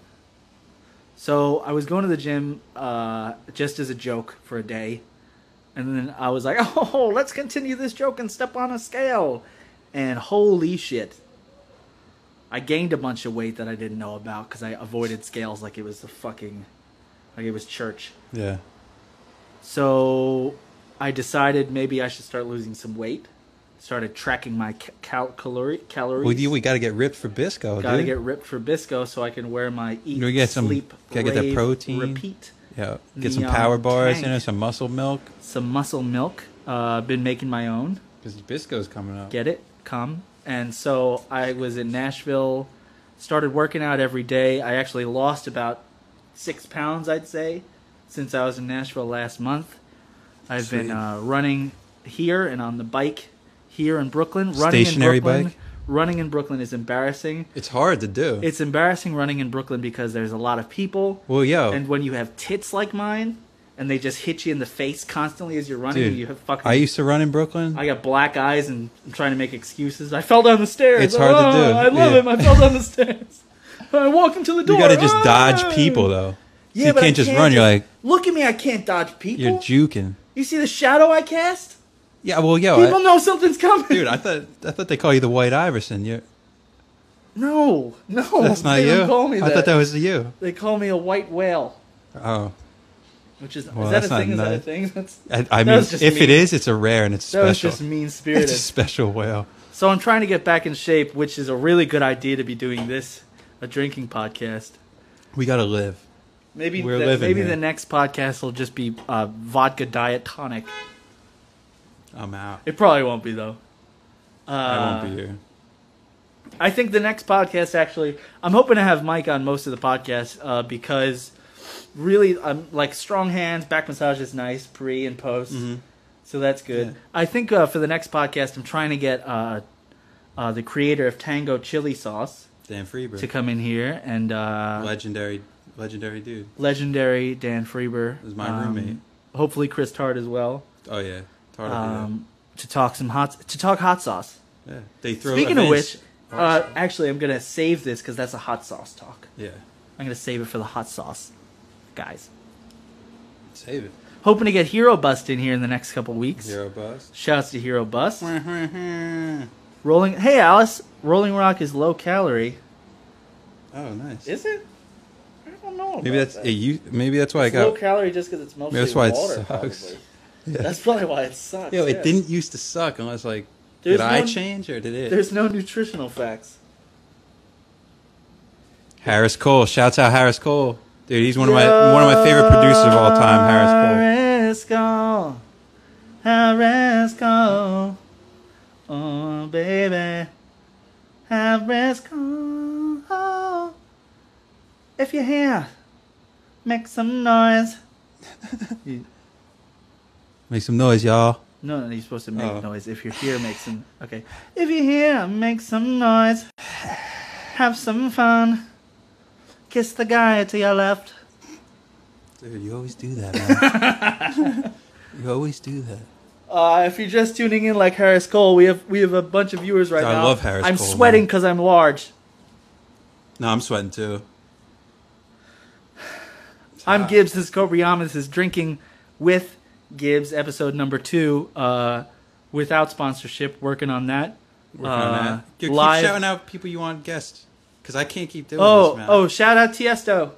Speaker 1: So I was going to the gym uh, just as a joke for a day. And then I was like, oh, let's continue this joke and step on a scale. And holy shit, I gained a bunch of weight that I didn't know about because I avoided scales like it was the fucking, like it was church.
Speaker 2: Yeah.
Speaker 1: So I decided maybe I should start losing some weight. Started tracking my ca- cal- calori- calories.
Speaker 2: We do. We got to get ripped for Bisco,
Speaker 1: Gotta
Speaker 2: dude.
Speaker 1: get ripped for Bisco so I can wear my eat,
Speaker 2: We get some-
Speaker 1: sleep,
Speaker 2: gotta get that
Speaker 1: rave,
Speaker 2: protein.
Speaker 1: repeat.
Speaker 2: yeah.
Speaker 1: the,
Speaker 2: Get some
Speaker 1: um,
Speaker 2: power bars in
Speaker 1: tank.
Speaker 2: there, some muscle milk.
Speaker 1: Some muscle milk. Uh, been making my own.
Speaker 2: Because Bisco's coming up.
Speaker 1: get it, come. And so I was in Nashville, started working out every day. I actually lost about six pounds, I'd say, since I was in Nashville last month. I've been
Speaker 2: Sweet.
Speaker 1: uh, running here and on the bike here in Brooklyn. Running
Speaker 2: Stationary
Speaker 1: in Brooklyn,
Speaker 2: bike?
Speaker 1: Running in Brooklyn is embarrassing.
Speaker 2: It's hard to do.
Speaker 1: It's embarrassing running in Brooklyn because there's a lot of people.
Speaker 2: well, yo,
Speaker 1: And when you have tits like mine, and they just hit you in the face constantly as you're running,
Speaker 2: dude.
Speaker 1: you have fucking
Speaker 2: I used to run in Brooklyn.
Speaker 1: I got black eyes and I'm trying to make excuses. I fell down the stairs. Oh,
Speaker 2: It's hard to do.
Speaker 1: I love
Speaker 2: Yeah.
Speaker 1: him. I fell down the stairs. I walked into the door.
Speaker 2: you got to just
Speaker 1: Ah!
Speaker 2: dodge people though.
Speaker 1: Yeah,
Speaker 2: you
Speaker 1: but I
Speaker 2: can't just run. You're like
Speaker 1: look at me. I can't dodge people.
Speaker 2: you're juking.
Speaker 1: you see the shadow I cast?
Speaker 2: Yeah. Well, yo,
Speaker 1: People
Speaker 2: Oh, I,
Speaker 1: know something's coming.
Speaker 2: dude. I thought I thought they call you the White Iverson. You're,
Speaker 1: no, no,
Speaker 2: that's not
Speaker 1: Oh, they
Speaker 2: you.
Speaker 1: don't call me
Speaker 2: I
Speaker 1: that.
Speaker 2: thought that was you.
Speaker 1: They call me a white whale,
Speaker 2: Oh,
Speaker 1: which is
Speaker 2: Well,
Speaker 1: is that a
Speaker 2: that's not
Speaker 1: thing? Is that a
Speaker 2: nice.
Speaker 1: thing? That's
Speaker 2: I, I
Speaker 1: That
Speaker 2: mean,
Speaker 1: was
Speaker 2: if
Speaker 1: just
Speaker 2: it
Speaker 1: mean.
Speaker 2: is, it's a rare and it's
Speaker 1: that was
Speaker 2: special.
Speaker 1: just mean spirited.
Speaker 2: It's a special whale.
Speaker 1: So I'm trying to get back in shape, which is a really good idea to be doing this, a drinking podcast.
Speaker 2: We gotta live.
Speaker 1: Maybe
Speaker 2: We're
Speaker 1: the,
Speaker 2: living
Speaker 1: maybe
Speaker 2: here.
Speaker 1: the next podcast will just be uh, vodka diet tonic.
Speaker 2: I'm out.
Speaker 1: It probably won't be though. Uh,
Speaker 2: I won't be here.
Speaker 1: I think the next podcast actually, I'm hoping to have Mike on most of the podcast uh, because really, I'm like strong hands, back massage is nice, pre and post, so that's good.
Speaker 2: Mm-hmm. Yeah.
Speaker 1: I think uh, for the next podcast, I'm trying to get uh, uh, the creator of Tango Chili Sauce
Speaker 2: Dan
Speaker 1: to
Speaker 2: Freeberg,
Speaker 1: come in here and uh,
Speaker 2: legendary, legendary dude.
Speaker 1: legendary Dan Freeber
Speaker 2: Was my
Speaker 1: um,
Speaker 2: roommate.
Speaker 1: Hopefully, Chris Tart as well.
Speaker 2: Oh yeah, Tart
Speaker 1: um, to talk some hot to talk hot sauce.
Speaker 2: yeah. They throw.
Speaker 1: Speaking of
Speaker 2: events-
Speaker 1: which, uh, actually, I'm gonna save this because that's a hot sauce talk.
Speaker 2: yeah,
Speaker 1: I'm gonna save it for the hot sauce guys.
Speaker 2: save it.
Speaker 1: Hoping to get Hero Bust in here in the next couple weeks.
Speaker 2: Zero bust. Oh,
Speaker 1: Shouts to Hero Bust. Rolling, hey Alice, Rolling Rock is low calorie.
Speaker 2: Oh, nice.
Speaker 1: it? I don't know.
Speaker 2: Maybe that's it, you. Maybe that's why I
Speaker 1: low
Speaker 2: got.
Speaker 1: calorie just because it's mostly
Speaker 2: that's why it
Speaker 1: water.
Speaker 2: sucks.
Speaker 1: probably.
Speaker 2: Yeah.
Speaker 1: That's probably why it sucks.
Speaker 2: Yo, it
Speaker 1: yeah.
Speaker 2: didn't used to suck unless like.
Speaker 1: There's
Speaker 2: did I
Speaker 1: no-
Speaker 2: change or did it?
Speaker 1: There's no nutritional facts.
Speaker 2: Harris Cole. Shouts out Harris Cole, dude. He's one of my one of my favorite producers of all time. Harris Cole.
Speaker 1: Cole. Harris Cole. Oh, baby. Harris Cole. If you're here, make some noise.
Speaker 2: Make some noise, y'all.
Speaker 1: No, no, you're supposed to make
Speaker 2: Oh.
Speaker 1: noise. If you're here, make some. Okay. If you're here, make some noise. Have some fun. Kiss the guy to your left.
Speaker 2: Dude, you always do that, man. you always do that.
Speaker 1: Uh, if you're just tuning in, like Harris Cole, we have we have a bunch of viewers right
Speaker 2: I
Speaker 1: now.
Speaker 2: love Harris
Speaker 1: I'm
Speaker 2: Cole,
Speaker 1: sweating
Speaker 2: man.
Speaker 1: because I'm large.
Speaker 2: No, I'm sweating too.
Speaker 1: I'm
Speaker 2: Ah.
Speaker 1: Gibbs. This is Cobra Yamas is drinking with Gibbs, episode number two, uh, without sponsorship. Working on that.
Speaker 2: Working on that. Yo, Keep
Speaker 1: Uh, live-
Speaker 2: shouting out people you want guests, because I can't keep doing
Speaker 1: Oh,
Speaker 2: this, man.
Speaker 1: oh! Shout out Tiesto.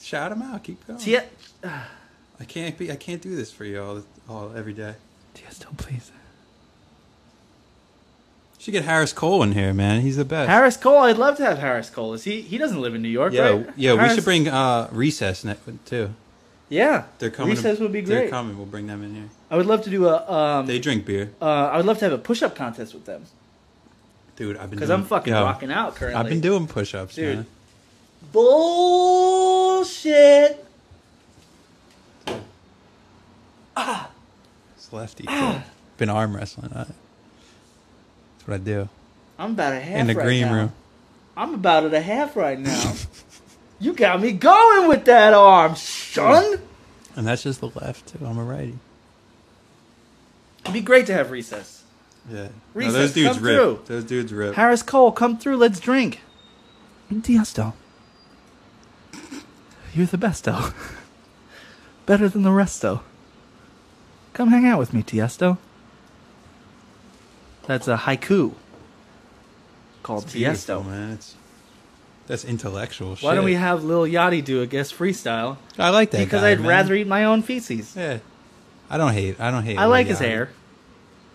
Speaker 2: shout them out. Keep going.
Speaker 1: Tie-
Speaker 2: I can't be. I can't do this for you all, all every day.
Speaker 1: Tiesto, please.
Speaker 2: Should get Harris Cole in here, man. He's the best.
Speaker 1: Harris Cole. I'd love to have Harris Cole. Is he? He doesn't live in New York,
Speaker 2: yeah,
Speaker 1: right?
Speaker 2: yeah. We
Speaker 1: Harris-
Speaker 2: should bring uh, Recess ne- too.
Speaker 1: Yeah,
Speaker 2: They're coming. to-
Speaker 1: Recess would be
Speaker 2: They're
Speaker 1: great.
Speaker 2: coming. We'll bring them in here.
Speaker 1: I would love to do a. Um,
Speaker 2: They drink beer,
Speaker 1: uh, I would love to have a push-up contest with them
Speaker 2: dude. I've been
Speaker 1: because
Speaker 2: doing-
Speaker 1: I'm fucking
Speaker 2: yo,
Speaker 1: rocking out currently.
Speaker 2: Mm-hmm. I've been doing push-ups,
Speaker 1: Dude.
Speaker 2: man.
Speaker 1: bullshit.
Speaker 2: It's lefty. too. Been arm wrestling. I, that's what I do
Speaker 1: I'm about a half
Speaker 2: in the
Speaker 1: right
Speaker 2: green
Speaker 1: now.
Speaker 2: room.
Speaker 1: I'm about at a half right now. you got me going with that arm, son.
Speaker 2: And that's just the left too. I'm a righty.
Speaker 1: It'd be great to have recess.
Speaker 2: Yeah.
Speaker 1: Recess,
Speaker 2: those dudes
Speaker 1: come
Speaker 2: rip.
Speaker 1: through.
Speaker 2: Those dudes rip.
Speaker 1: Harris Cole, come through. Let's drink. Tiesto, you're the besto. Better than the resto. Come hang out with me, Tiesto. That's a haiku called
Speaker 2: It's beautiful,
Speaker 1: Tiesto.
Speaker 2: man. It's that's intellectual shit.
Speaker 1: Why don't we have Lil Yachty do a guest freestyle?
Speaker 2: I like that
Speaker 1: Because
Speaker 2: guy,
Speaker 1: I'd
Speaker 2: man.
Speaker 1: rather eat my own feces.
Speaker 2: Yeah. I don't hate. I don't hate.
Speaker 1: I like
Speaker 2: Lil
Speaker 1: his
Speaker 2: Yachty.
Speaker 1: hair.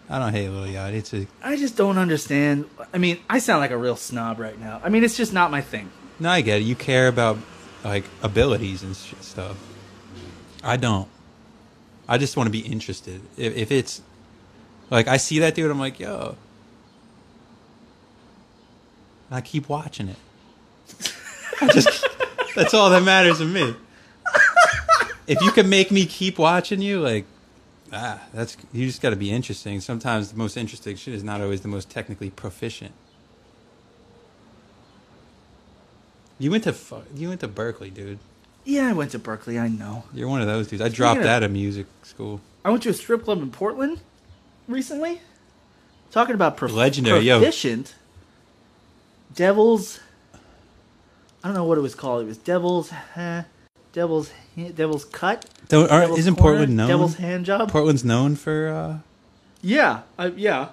Speaker 2: I don't hate Lil Yachty. It's a,
Speaker 1: I just don't understand. I mean, I sound like a real snob right now. I mean, it's just not my thing.
Speaker 2: no, I get it. You care about like abilities and sh- stuff. I don't. I just want to be interested. If, if it's like I see that dude, I'm like, yo. And I keep watching it. I just that's all that matters to me. If you can make me keep watching you, like ah, that's you just got to be interesting. Sometimes the most interesting shit is not always the most technically proficient. You went to fu- you went to Berkeley, dude.
Speaker 1: Yeah, I went to Berkeley. I know.
Speaker 2: You're one of those dudes. I dropped
Speaker 1: of-
Speaker 2: out of music school.
Speaker 1: I went to a strip club in Portland recently. Talking about prof-
Speaker 2: Legendary, yo.
Speaker 1: proficient. Devils. I don't know what it was called. It was Devils. Uh, Devils. Devils cut.
Speaker 2: Don't, aren't-
Speaker 1: Devil's
Speaker 2: isn't
Speaker 1: Corner,
Speaker 2: Portland known?
Speaker 1: Devil's hand job.
Speaker 2: Portland's known for uh,
Speaker 1: yeah, I, yeah.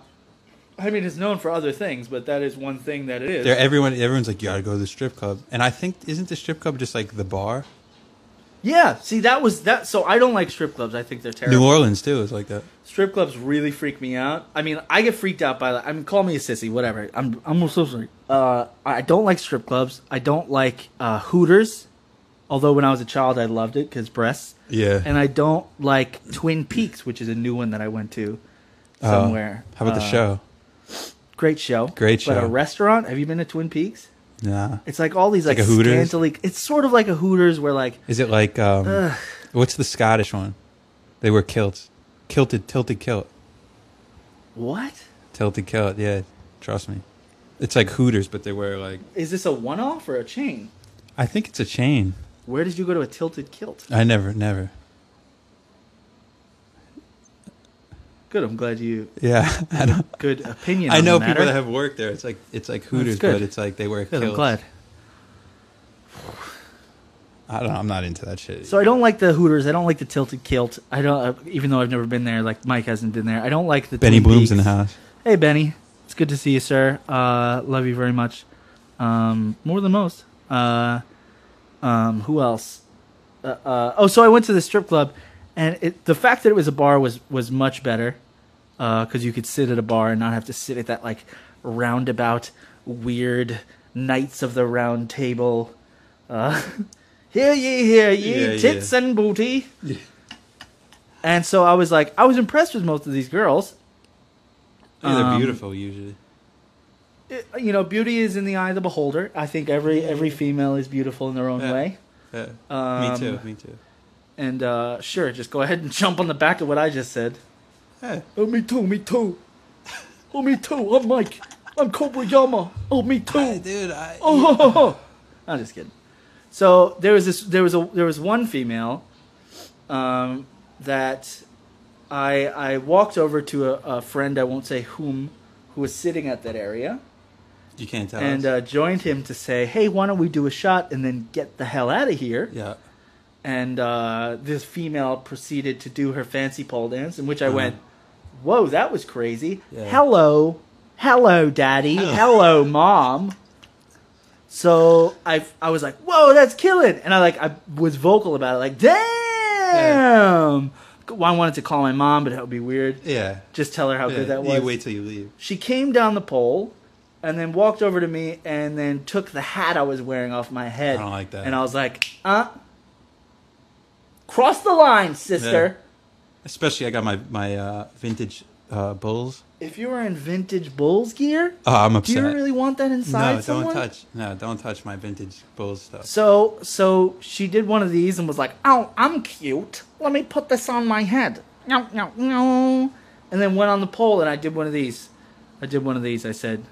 Speaker 1: I mean, it's known for other things, but that is one thing that it is.
Speaker 2: they're everyone. Everyone's like, you gotta go to the strip club, and I think isn't the strip club just like the bar?
Speaker 1: yeah. See, that was that. So I don't like strip clubs. I think they're terrible.
Speaker 2: New Orleans too is like that.
Speaker 1: strip clubs really freak me out. I mean, I get freaked out by. I mean, call me a sissy, whatever. I'm I'm so sorry. Uh, I don't like strip clubs. I don't like uh, Hooters. Although when I was a child, I loved it because breasts.
Speaker 2: Yeah.
Speaker 1: And I don't like Twin Peaks, which is a new one that I went to
Speaker 2: Uh,
Speaker 1: somewhere.
Speaker 2: how about the
Speaker 1: Uh,
Speaker 2: show?
Speaker 1: Great show.
Speaker 2: Great
Speaker 1: But
Speaker 2: show.
Speaker 1: a restaurant? Have you been to Twin Peaks?
Speaker 2: Nah.
Speaker 1: It's like all these like,
Speaker 2: Like a Hooters?
Speaker 1: scantily. It's sort of like a Hooters where like
Speaker 2: Is it like um,
Speaker 1: Ugh.
Speaker 2: what's the Scottish one? They wear kilts, kilted, tilted kilt,
Speaker 1: what
Speaker 2: tilted kilt. Yeah, trust me. It's like Hooters, but they wear like
Speaker 1: is this a one off or a chain?
Speaker 2: I think it's a chain.
Speaker 1: Where did you go to a tilted kilt?
Speaker 2: I never, never.
Speaker 1: Good. I'm glad you
Speaker 2: Yeah, I don't.
Speaker 1: good opinion.
Speaker 2: I
Speaker 1: on
Speaker 2: know
Speaker 1: the
Speaker 2: people
Speaker 1: matter.
Speaker 2: that have worked there. It's like it's like Hooters,
Speaker 1: good.
Speaker 2: but it's like they wear
Speaker 1: Good,
Speaker 2: kilts.
Speaker 1: I'm glad.
Speaker 2: I don't. know. I'm not into that shit.
Speaker 1: So I don't like the Hooters. I don't like the Tilted Kilt. I don't, uh, even though I've never been there. Like Mike hasn't been there. I don't like the
Speaker 2: Benny
Speaker 1: Twin
Speaker 2: Bloom's in the
Speaker 1: Peaks.
Speaker 2: house.
Speaker 1: Hey Benny, it's good to see you, sir. Uh, love you very much, um, more than most. Uh, um, who else? Uh, uh, oh, so I went to the strip club, and it, the fact that it was a bar was was much better because you could sit at a bar and not have to sit at that like roundabout weird knights of the round table. Uh, hear ye, hear ye,
Speaker 2: Yeah,
Speaker 1: tits
Speaker 2: yeah.
Speaker 1: and booty. And so I was like, I was impressed with most of these girls.
Speaker 2: Yeah, they're
Speaker 1: Um,
Speaker 2: beautiful usually.
Speaker 1: it- you know, beauty is in the eye of the beholder. I think every every female is beautiful in their own
Speaker 2: Yeah.
Speaker 1: way.
Speaker 2: Yeah.
Speaker 1: um,
Speaker 2: me too. Me too.
Speaker 1: And uh, sure, just go ahead and jump on the back of what I just said. Oh, me too, me too. Oh, me too. I'm Mike. I'm Cobra Yama. Oh, me too. Oh,
Speaker 2: dude. I,
Speaker 1: I'm just kidding. So there was this. There was a. There was one female, um, that I I walked over to a, a friend I won't say whom, who was sitting at that area,
Speaker 2: you can't tell.
Speaker 1: and
Speaker 2: us.
Speaker 1: uh, joined him to say, "Hey, why don't we do a shot and then get the hell out of here?"
Speaker 2: yeah,
Speaker 1: and uh, this female proceeded to do her fancy pole dance, in which I went, "Whoa, that was crazy!
Speaker 2: Uh-huh. Yeah.
Speaker 1: Hello, hello, daddy, hello, mom." So I I was like, "Whoa, that's killing!" And I like I was vocal about it, like, "Damn!" Well, I wanted to call my mom, but that would be weird.
Speaker 2: yeah.
Speaker 1: Just tell her how
Speaker 2: yeah.
Speaker 1: good that
Speaker 2: you
Speaker 1: was.
Speaker 2: wait till you leave.
Speaker 1: She came down the pole and then walked over to me and then took the hat I was wearing off my head.
Speaker 2: I don't like that.
Speaker 1: And I was like, uh, cross the line, sister.
Speaker 2: Especially, I got my my uh, vintage uh, bulls.
Speaker 1: If you were in vintage Bulls gear,
Speaker 2: Oh, I'm
Speaker 1: do
Speaker 2: upset.
Speaker 1: you really want that inside
Speaker 2: no, don't
Speaker 1: someone?
Speaker 2: touch. No, don't touch my vintage bulls stuff.
Speaker 1: So, so she did one of these and was like, "Oh, I'm cute. Let me put this on my head." No, no, no. And then went on the pole, and I did one of these. I did one of these. I said,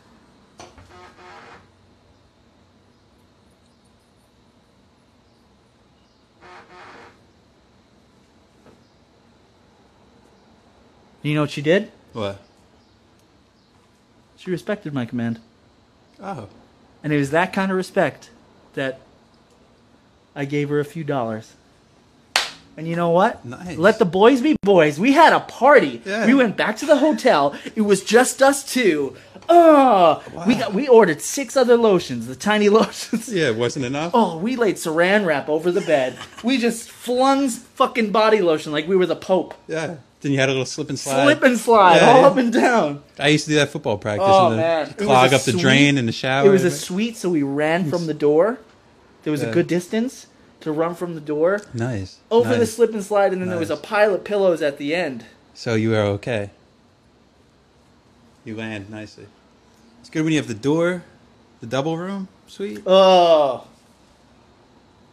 Speaker 1: "You know what she did?
Speaker 2: What?
Speaker 1: She respected my command."
Speaker 2: Oh,
Speaker 1: And it was that kind of respect that I gave her a few dollars. And you know what?
Speaker 2: Nice.
Speaker 1: Let the boys be boys. We had a party.
Speaker 2: Yeah.
Speaker 1: We went back to the hotel. It was just us two. Oh, we
Speaker 2: Wow.
Speaker 1: got we ordered six other lotions, the tiny lotions.
Speaker 2: yeah. It wasn't enough.
Speaker 1: Oh, we laid saran wrap over the bed. we just flung fucking body lotion like we were the pope.
Speaker 2: Yeah. Then you had a little slip and slide.
Speaker 1: Slip and slide
Speaker 2: Yeah,
Speaker 1: all
Speaker 2: yeah.
Speaker 1: up and down.
Speaker 2: I used to do that football practice.
Speaker 1: Oh,
Speaker 2: and the-
Speaker 1: man. It was
Speaker 2: Clog
Speaker 1: a
Speaker 2: up the
Speaker 1: sweet-
Speaker 2: drain in the shower.
Speaker 1: It was a suite, so we ran from the door. There was a
Speaker 2: Yeah.
Speaker 1: good distance to run from the door
Speaker 2: nice.
Speaker 1: over the
Speaker 2: nice.
Speaker 1: slip and slide, and then there was a
Speaker 2: Nice.
Speaker 1: pile of pillows at the end.
Speaker 2: So you are okay. You land nicely. It's good when you have the door, the double room suite.
Speaker 1: Oh,
Speaker 2: and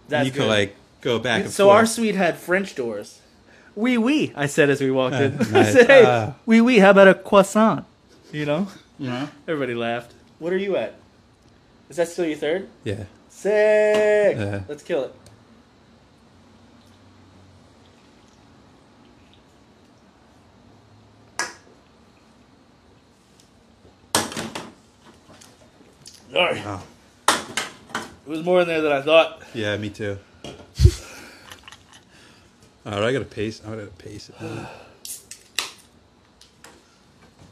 Speaker 1: that's
Speaker 2: you
Speaker 1: good.
Speaker 2: could like go back and
Speaker 1: so
Speaker 2: forth.
Speaker 1: our suite had French doors. Wee wee, I said as we walked in.
Speaker 2: Ah,
Speaker 1: I
Speaker 2: nice.
Speaker 1: said, "Hey,
Speaker 2: Ah.
Speaker 1: wee wee, how about a croissant?" You know,
Speaker 2: Yeah.
Speaker 1: everybody laughed. What are you at? Is that still your third?
Speaker 2: Yeah.
Speaker 1: Sick.
Speaker 2: Yeah.
Speaker 1: Let's kill it. Sorry.
Speaker 2: Wow.
Speaker 1: It was more in there than I thought.
Speaker 2: Yeah, me too. All right, I gotta pace. I gotta pace it.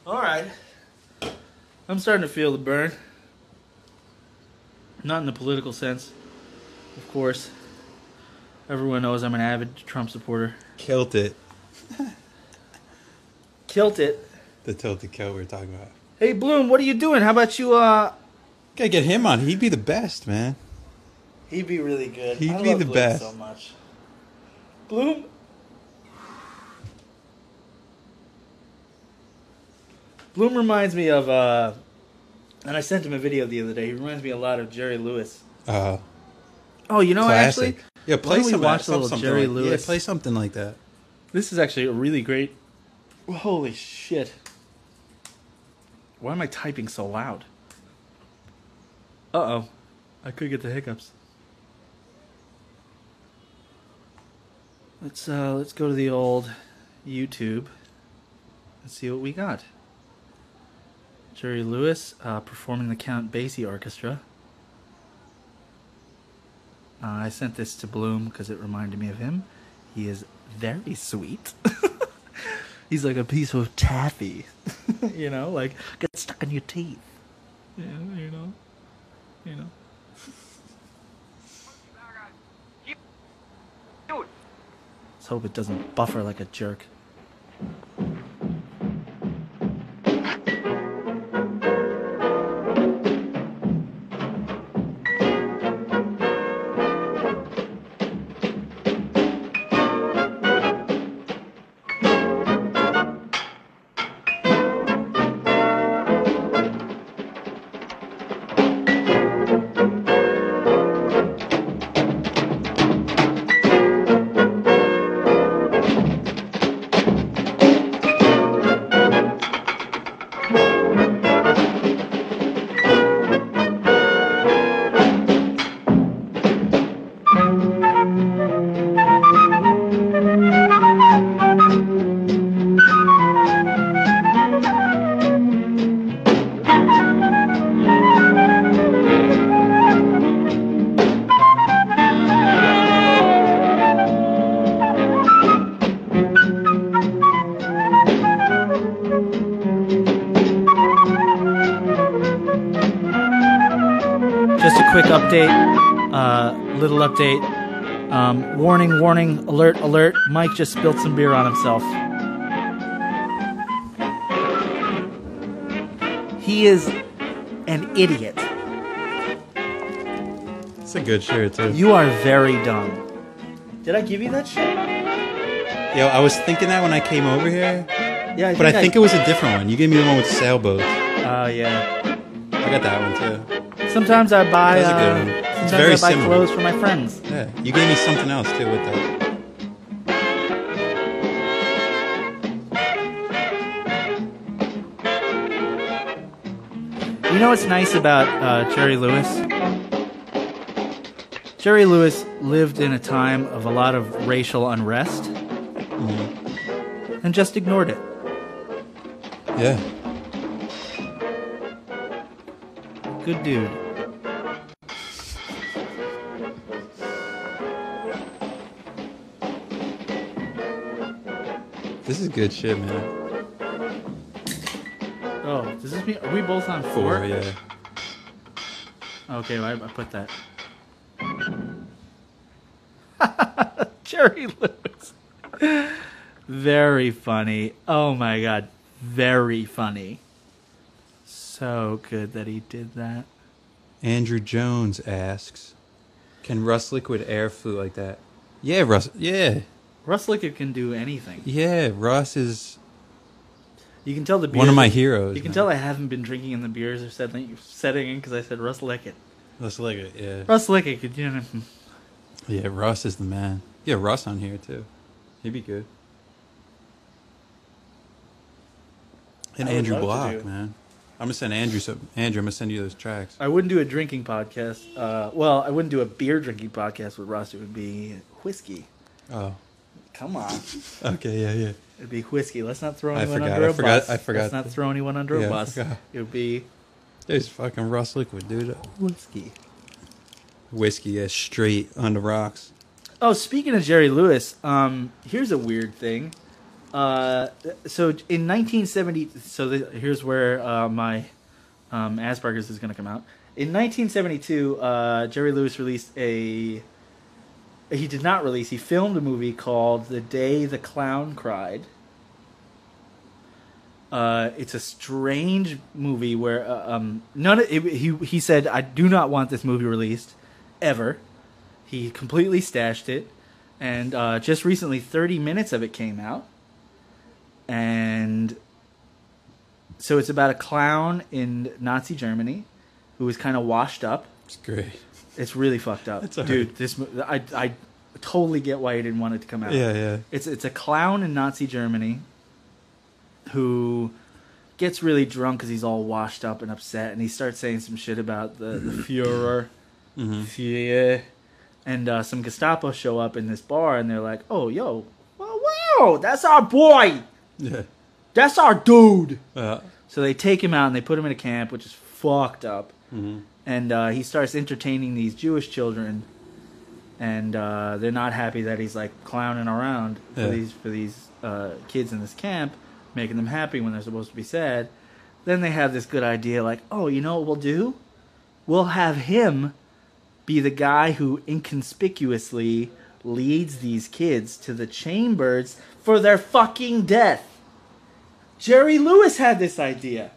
Speaker 1: All right. I'm starting to feel the burn. Not in the political sense, of course. Everyone knows I'm an avid Trump supporter.
Speaker 2: Kilt it.
Speaker 1: Kilt it.
Speaker 2: The tilted kilt we were talking about.
Speaker 1: Hey Bloom, what are you doing? How about you uh
Speaker 2: Gotta get him on. He'd be the best, man.
Speaker 1: He'd be really good.
Speaker 2: He'd
Speaker 1: I
Speaker 2: be
Speaker 1: love
Speaker 2: the
Speaker 1: Bloom
Speaker 2: best.
Speaker 1: So much. Bloom. Bloom reminds me of, uh, and I sent him a video the other day. He reminds me a lot of Jerry Lewis.
Speaker 2: Uh,
Speaker 1: Oh, you know,
Speaker 2: classic.
Speaker 1: actually,
Speaker 2: yeah,
Speaker 1: don't
Speaker 2: play
Speaker 1: we
Speaker 2: some
Speaker 1: watch
Speaker 2: that-
Speaker 1: a little
Speaker 2: something
Speaker 1: Jerry
Speaker 2: like,
Speaker 1: Lewis?
Speaker 2: Yeah, play something like that.
Speaker 1: this is actually a really great. Holy shit! Why am I typing so loud? Uh oh, I could get the hiccups. Let's uh, let's go to the old YouTube and see what we got. Jerry Lewis uh, performing the Count Basie Orchestra. Uh, I sent this to Bloom because it reminded me of him. He is very sweet. He's like a piece of taffy, you know, like gets stuck in your teeth. Yeah, you know, you know. Let's hope it doesn't buffer like a jerk.
Speaker 6: Thank
Speaker 1: just a quick update, uh, little update. Um, warning, warning, alert, alert. Mike just spilled some beer on himself. He is an idiot.
Speaker 2: It's a good shirt too.
Speaker 1: You are very dumb. Did I give you that shit?
Speaker 2: Yo, I was thinking that when I came over here,
Speaker 1: Yeah,
Speaker 2: but I think it was a different one. You gave me the one with sailboats. I
Speaker 1: Oh yeah.
Speaker 2: got that one too.
Speaker 1: Sometimes I buy.
Speaker 2: That was a good
Speaker 1: uh,
Speaker 2: one.
Speaker 1: Sometimes
Speaker 2: It's very
Speaker 1: I buy
Speaker 2: similar.
Speaker 1: clothes for my friends.
Speaker 2: Yeah, you gave me something else too with that.
Speaker 1: You know what's nice about uh, Jerry Lewis? Jerry Lewis lived in a time of a lot of racial unrest and just ignored it.
Speaker 2: Yeah,
Speaker 1: Good dude.
Speaker 2: this is good shit, man.
Speaker 1: Oh, does this mean are we both on four?
Speaker 2: Four, yeah.
Speaker 1: Okay, well, I, I put that. Jerry Lewis. Very funny. Oh my god. Very funny. So good that he did that.
Speaker 2: Andrew Jones asks, "Can Russ Liquid air flute like that?" Yeah, Russ. Yeah,
Speaker 1: Russ Lickett can do anything.
Speaker 2: yeah. Russ is
Speaker 1: You can tell the beers,
Speaker 2: one of my heroes.
Speaker 1: You can
Speaker 2: man.
Speaker 1: tell I haven't been drinking in the beers or setting setting because I said Russ Lickett.
Speaker 2: Russ Liquid. Yeah,
Speaker 1: Russ Lickett could you know,
Speaker 2: yeah. Russ is the man. Yeah, Russ on here too. He'd be good. And
Speaker 1: I would
Speaker 2: Andrew
Speaker 1: love to
Speaker 2: Block,
Speaker 1: do-
Speaker 2: man. I'm gonna send Andrew some. Andrew, I'm gonna send you those tracks.
Speaker 1: I wouldn't do a drinking podcast. Uh, well, I wouldn't do a beer drinking podcast with Russ. It would be whiskey.
Speaker 2: Oh,
Speaker 1: Come on,
Speaker 2: okay, yeah, yeah.
Speaker 1: it'd be whiskey. Let's not throw
Speaker 2: I
Speaker 1: anyone
Speaker 2: forgot,
Speaker 1: under
Speaker 2: I
Speaker 1: a
Speaker 2: forgot,
Speaker 1: bus.
Speaker 2: I forgot.
Speaker 1: Let's not throw anyone under
Speaker 2: Yeah,
Speaker 1: a
Speaker 2: I
Speaker 1: bus.
Speaker 2: forgot.
Speaker 1: It would be
Speaker 2: There's fucking Russ Liquid, dude.
Speaker 1: whiskey.
Speaker 2: Whiskey, yeah, straight on the rocks.
Speaker 1: Oh, speaking of Jerry Lewis, um, here's a weird thing. Uh, so in 1970, so the, here's where uh, my um, Asperger's is going to come out. In 1972, uh, Jerry Lewis released a. He did not release. He filmed a movie called "The Day the Clown Cried." Uh, it's a strange movie where uh, um, none. Of, it, he he said, "I do not want this movie released, ever." He completely stashed it, and uh, just recently, 30 minutes of it came out. And so it's about a clown in Nazi Germany who was kind of washed up.
Speaker 2: It's great.
Speaker 1: It's really fucked up,
Speaker 2: all
Speaker 1: dude. This mo- I I totally get why he didn't want it to come out.
Speaker 2: Yeah, yeah.
Speaker 1: It's it's a clown in Nazi Germany who gets really drunk because he's all washed up and upset, and he starts saying some shit about the the Führer, Führer, and uh, some Gestapo show up in this bar, and they're like, "Oh, yo, wow, wow, that's our boy,
Speaker 2: Yeah.
Speaker 1: that's our dude."
Speaker 2: Uh,
Speaker 1: So they take him out and they put him in a camp, which is fucked up. And uh, he starts entertaining these Jewish children, and uh, they're not happy that he's like clowning around for
Speaker 2: Yeah.
Speaker 1: these for these uh, kids in this camp, making them happy when they're supposed to be sad. Then they have this good idea, like, oh, you know what we'll do? We'll have him be the guy who inconspicuously leads these kids to the chambers for their fucking death. Jerry Lewis had this idea.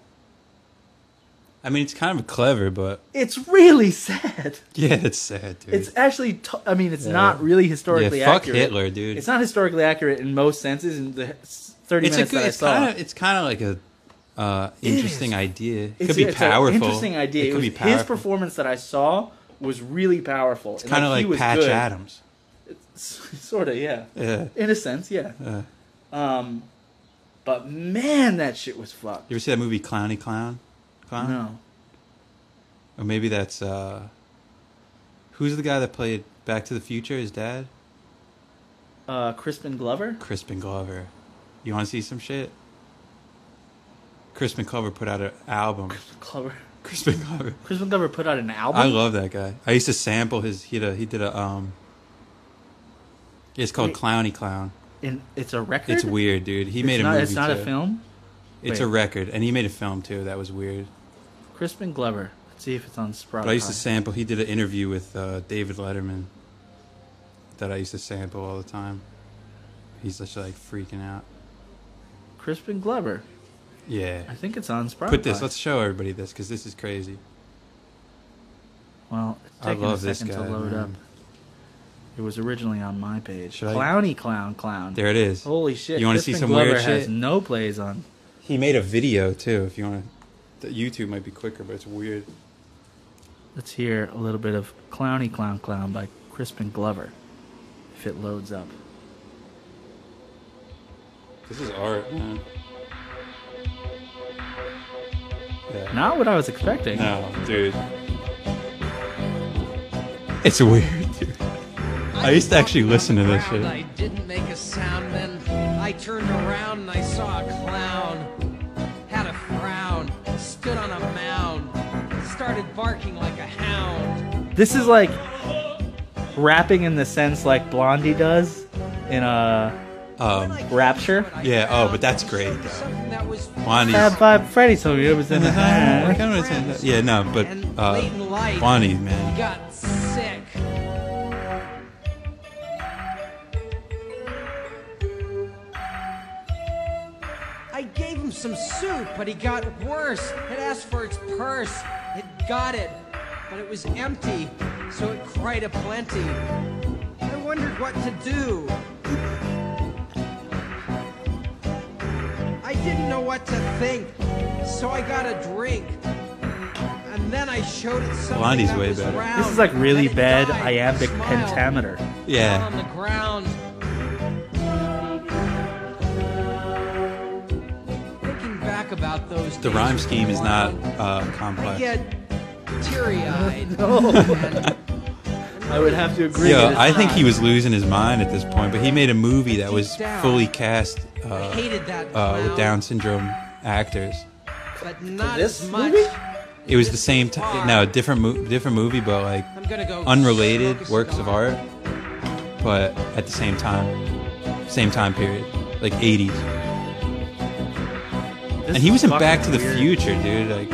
Speaker 2: I mean, it's kind of clever, but
Speaker 1: It's really sad.
Speaker 2: yeah, it's sad, dude.
Speaker 1: It's actually, t- I mean, it's
Speaker 2: Yeah.
Speaker 1: not really historically
Speaker 2: yeah, fuck
Speaker 1: accurate.
Speaker 2: Hitler, dude.
Speaker 1: It's not historically accurate in most senses. In the s- thirty
Speaker 2: It's a
Speaker 1: minutes
Speaker 2: good.
Speaker 1: that I
Speaker 2: It's
Speaker 1: saw,
Speaker 2: kind of. It's kind of like a uh, interesting idea. It
Speaker 1: It's-
Speaker 2: could be
Speaker 1: it's a
Speaker 2: powerful.
Speaker 1: interesting idea.
Speaker 2: It could
Speaker 1: was-
Speaker 2: be powerful.
Speaker 1: His performance that I saw was really powerful. It's
Speaker 2: kind of like, Patch
Speaker 1: good.
Speaker 2: Adams.
Speaker 1: sort of, yeah.
Speaker 2: Yeah.
Speaker 1: In a sense, yeah. Um, but man, that shit was fucked.
Speaker 2: You ever see that movie Clowny Clown? Clown?
Speaker 1: No,
Speaker 2: Or maybe that's uh, who's the guy that played Back to the Future? His dad,
Speaker 1: uh, Crispin Glover.
Speaker 2: Crispin Glover. You want to see some shit? Crispin Glover put out an album.
Speaker 1: Glover.
Speaker 2: Crispin Glover.
Speaker 1: Crispin Glover put out an album.
Speaker 2: I love that guy. I used to sample his. He did a. He did a. Um. It's called
Speaker 1: Wait.
Speaker 2: Clowny Clown.
Speaker 1: and it's a record.
Speaker 2: It's weird, dude. He made
Speaker 1: it's
Speaker 2: a
Speaker 1: not,
Speaker 2: movie.
Speaker 1: It's not a
Speaker 2: too.
Speaker 1: film.
Speaker 2: It's
Speaker 1: Wait.
Speaker 2: a record, and he made a film too. That was weird.
Speaker 1: Crispin Glover. Let's See if it's on Spotify.
Speaker 2: But I used to sample. He did an interview with uh, David Letterman that I used to sample all the time. He's just like freaking out.
Speaker 1: Crispin Glover.
Speaker 2: Yeah.
Speaker 1: I think it's on Spotify.
Speaker 2: Put this. Let's show everybody this because this is crazy.
Speaker 1: Well, it's
Speaker 2: I
Speaker 1: taking a
Speaker 2: love this
Speaker 1: second
Speaker 2: guy,
Speaker 1: to load
Speaker 2: man.
Speaker 1: up. It was originally on my page.
Speaker 2: Should I-
Speaker 1: Clowny clown clown.
Speaker 2: There it is.
Speaker 1: Holy shit!
Speaker 2: You
Speaker 1: want
Speaker 2: wanna
Speaker 1: to
Speaker 2: see some
Speaker 1: Glover
Speaker 2: weird
Speaker 1: has
Speaker 2: shit?
Speaker 1: No plays on.
Speaker 2: He made a video too. If you want to, YouTube might be quicker, but it's weird.
Speaker 1: Let's hear a little bit of Clowny clown clown by Crispin Glover. If it loads up.
Speaker 2: This is art, man. Yeah.
Speaker 1: Not what I was expecting.
Speaker 2: No, dude. It's weird, dude. I used to actually listen to this
Speaker 7: Around, I
Speaker 2: shit.
Speaker 7: didn't make a sound then. I turned around and I saw a clown. Had a frown, stood on a mound, started barking like a hound.
Speaker 1: This is like rapping in the sense like Blondie does in uh, a
Speaker 2: Um,
Speaker 1: Rapture.
Speaker 2: yeah, oh, but that's great, though.
Speaker 7: Something that was
Speaker 2: Bonnie's.
Speaker 1: Fab Five Freddy told me it was in the
Speaker 2: I
Speaker 1: hat.
Speaker 2: kinda wanna say that. yeah, no, but
Speaker 7: And
Speaker 2: uh,
Speaker 7: late in life,
Speaker 2: Bonnie, man.
Speaker 7: got sick. I gave him some soup, but he got worse. It asked for its purse. It got it, but it was empty, so it cried a plenty. I wondered what to do. I didn't know what to think, so I got a drink. And then I showed it something
Speaker 2: Blondie's
Speaker 7: that
Speaker 2: way
Speaker 7: was
Speaker 2: better.
Speaker 7: round,
Speaker 1: This is like really
Speaker 7: and it
Speaker 1: bad
Speaker 7: died.
Speaker 1: iambic
Speaker 7: Smile
Speaker 1: pentameter.
Speaker 7: down on
Speaker 2: Yeah,
Speaker 7: the ground. Thinking back about those
Speaker 2: the
Speaker 7: days
Speaker 2: rhyme
Speaker 7: with
Speaker 2: scheme is not
Speaker 7: Blondie,
Speaker 2: uh,
Speaker 7: I
Speaker 2: complex.
Speaker 7: get teary-eyed. and-
Speaker 1: I would have to agree.
Speaker 2: Yo,
Speaker 1: it's
Speaker 2: I think
Speaker 1: not.
Speaker 2: he was losing his mind at this point, but he made a movie that was fully cast
Speaker 7: I
Speaker 2: uh,
Speaker 7: hated that
Speaker 2: uh, with
Speaker 7: clown,
Speaker 2: Down syndrome actors.
Speaker 7: but not
Speaker 1: this
Speaker 7: as much.
Speaker 1: movie?
Speaker 2: It was the same time. No, different mo- different movie, but like
Speaker 7: I'm gonna go
Speaker 2: unrelated
Speaker 7: smoke a
Speaker 2: works of
Speaker 7: cigar.
Speaker 2: art, but at the same time, same time period, like '80s.
Speaker 1: This
Speaker 2: And he
Speaker 1: is
Speaker 2: was in
Speaker 1: fucking
Speaker 2: Back to the
Speaker 1: weird.
Speaker 2: Future, dude. Like,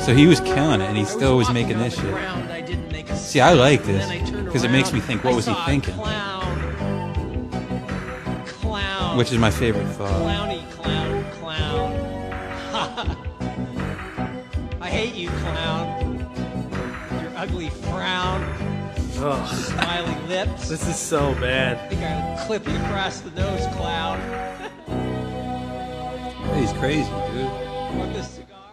Speaker 2: so he was killing it, and he
Speaker 7: I
Speaker 2: still was
Speaker 7: walking
Speaker 2: making
Speaker 7: on
Speaker 2: this
Speaker 7: the
Speaker 2: shit.
Speaker 7: ground, I didn't make a
Speaker 2: See, I
Speaker 7: sound,
Speaker 2: like
Speaker 7: and
Speaker 2: this,
Speaker 7: then I turned
Speaker 2: 'cause it makes me
Speaker 7: around,
Speaker 2: think, what
Speaker 7: I
Speaker 2: was he
Speaker 7: saw a
Speaker 2: thinking?
Speaker 7: Clown. Clown.
Speaker 2: Which is my favorite thought.
Speaker 7: Clowny clown clown. I hate you, clown. Your ugly frown,
Speaker 1: Ugh,
Speaker 7: smiling lips.
Speaker 1: this is so
Speaker 7: I
Speaker 1: bad.
Speaker 7: think I'll clip you across the nose, clown.
Speaker 2: He's crazy, dude.
Speaker 7: Want this cigar?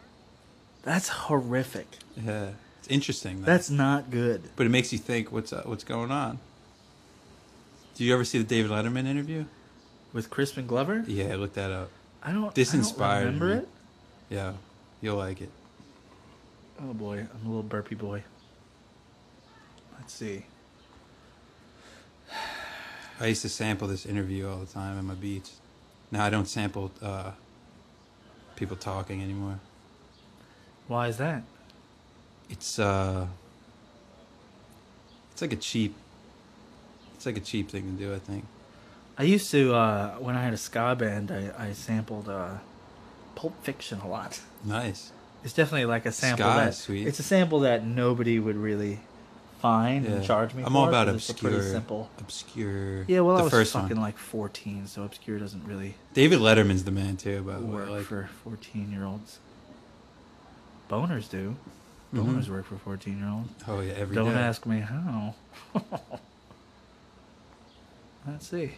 Speaker 1: That's horrific.
Speaker 2: Yeah, it's interesting. though.
Speaker 1: That's not good.
Speaker 2: but it makes you think what's uh, what's going on. Do you ever see the David Letterman interview?
Speaker 1: With Crispin Glover,
Speaker 2: Yeah, look that up.
Speaker 1: I don't.
Speaker 2: This
Speaker 1: I don't
Speaker 2: inspired
Speaker 1: remember
Speaker 2: me.
Speaker 1: it.
Speaker 2: Yeah, you'll like it.
Speaker 1: Oh boy, I'm a little burpy boy. Let's see.
Speaker 2: I used to sample this interview all the time in my beats. Now I don't sample uh, people talking anymore.
Speaker 1: Why is that?
Speaker 2: It's uh, it's like a cheap, it's like a cheap thing to do. I think.
Speaker 1: I used to uh, when I had a ska band, I, I sampled uh, Pulp Fiction a lot.
Speaker 2: Nice.
Speaker 1: It's definitely like a sample
Speaker 2: Ska
Speaker 1: that
Speaker 2: is sweet.
Speaker 1: it's a sample that nobody would really find and charge me.
Speaker 2: I'm
Speaker 1: for,
Speaker 2: all about
Speaker 1: 'cause it's a pretty
Speaker 2: obscure,
Speaker 1: simple.
Speaker 2: obscure.
Speaker 1: Yeah, well,
Speaker 2: the
Speaker 1: I was
Speaker 2: first
Speaker 1: fucking
Speaker 2: one.
Speaker 1: like 14, so obscure doesn't really
Speaker 2: David Letterman's the man too. By the way,
Speaker 1: work
Speaker 2: Oh, like,
Speaker 1: for 14 year olds. Boners do.
Speaker 2: Mm-hmm.
Speaker 1: Boners work for 14 year olds.
Speaker 2: oh yeah, every
Speaker 1: Don't
Speaker 2: day.
Speaker 1: ask me how. Let's see.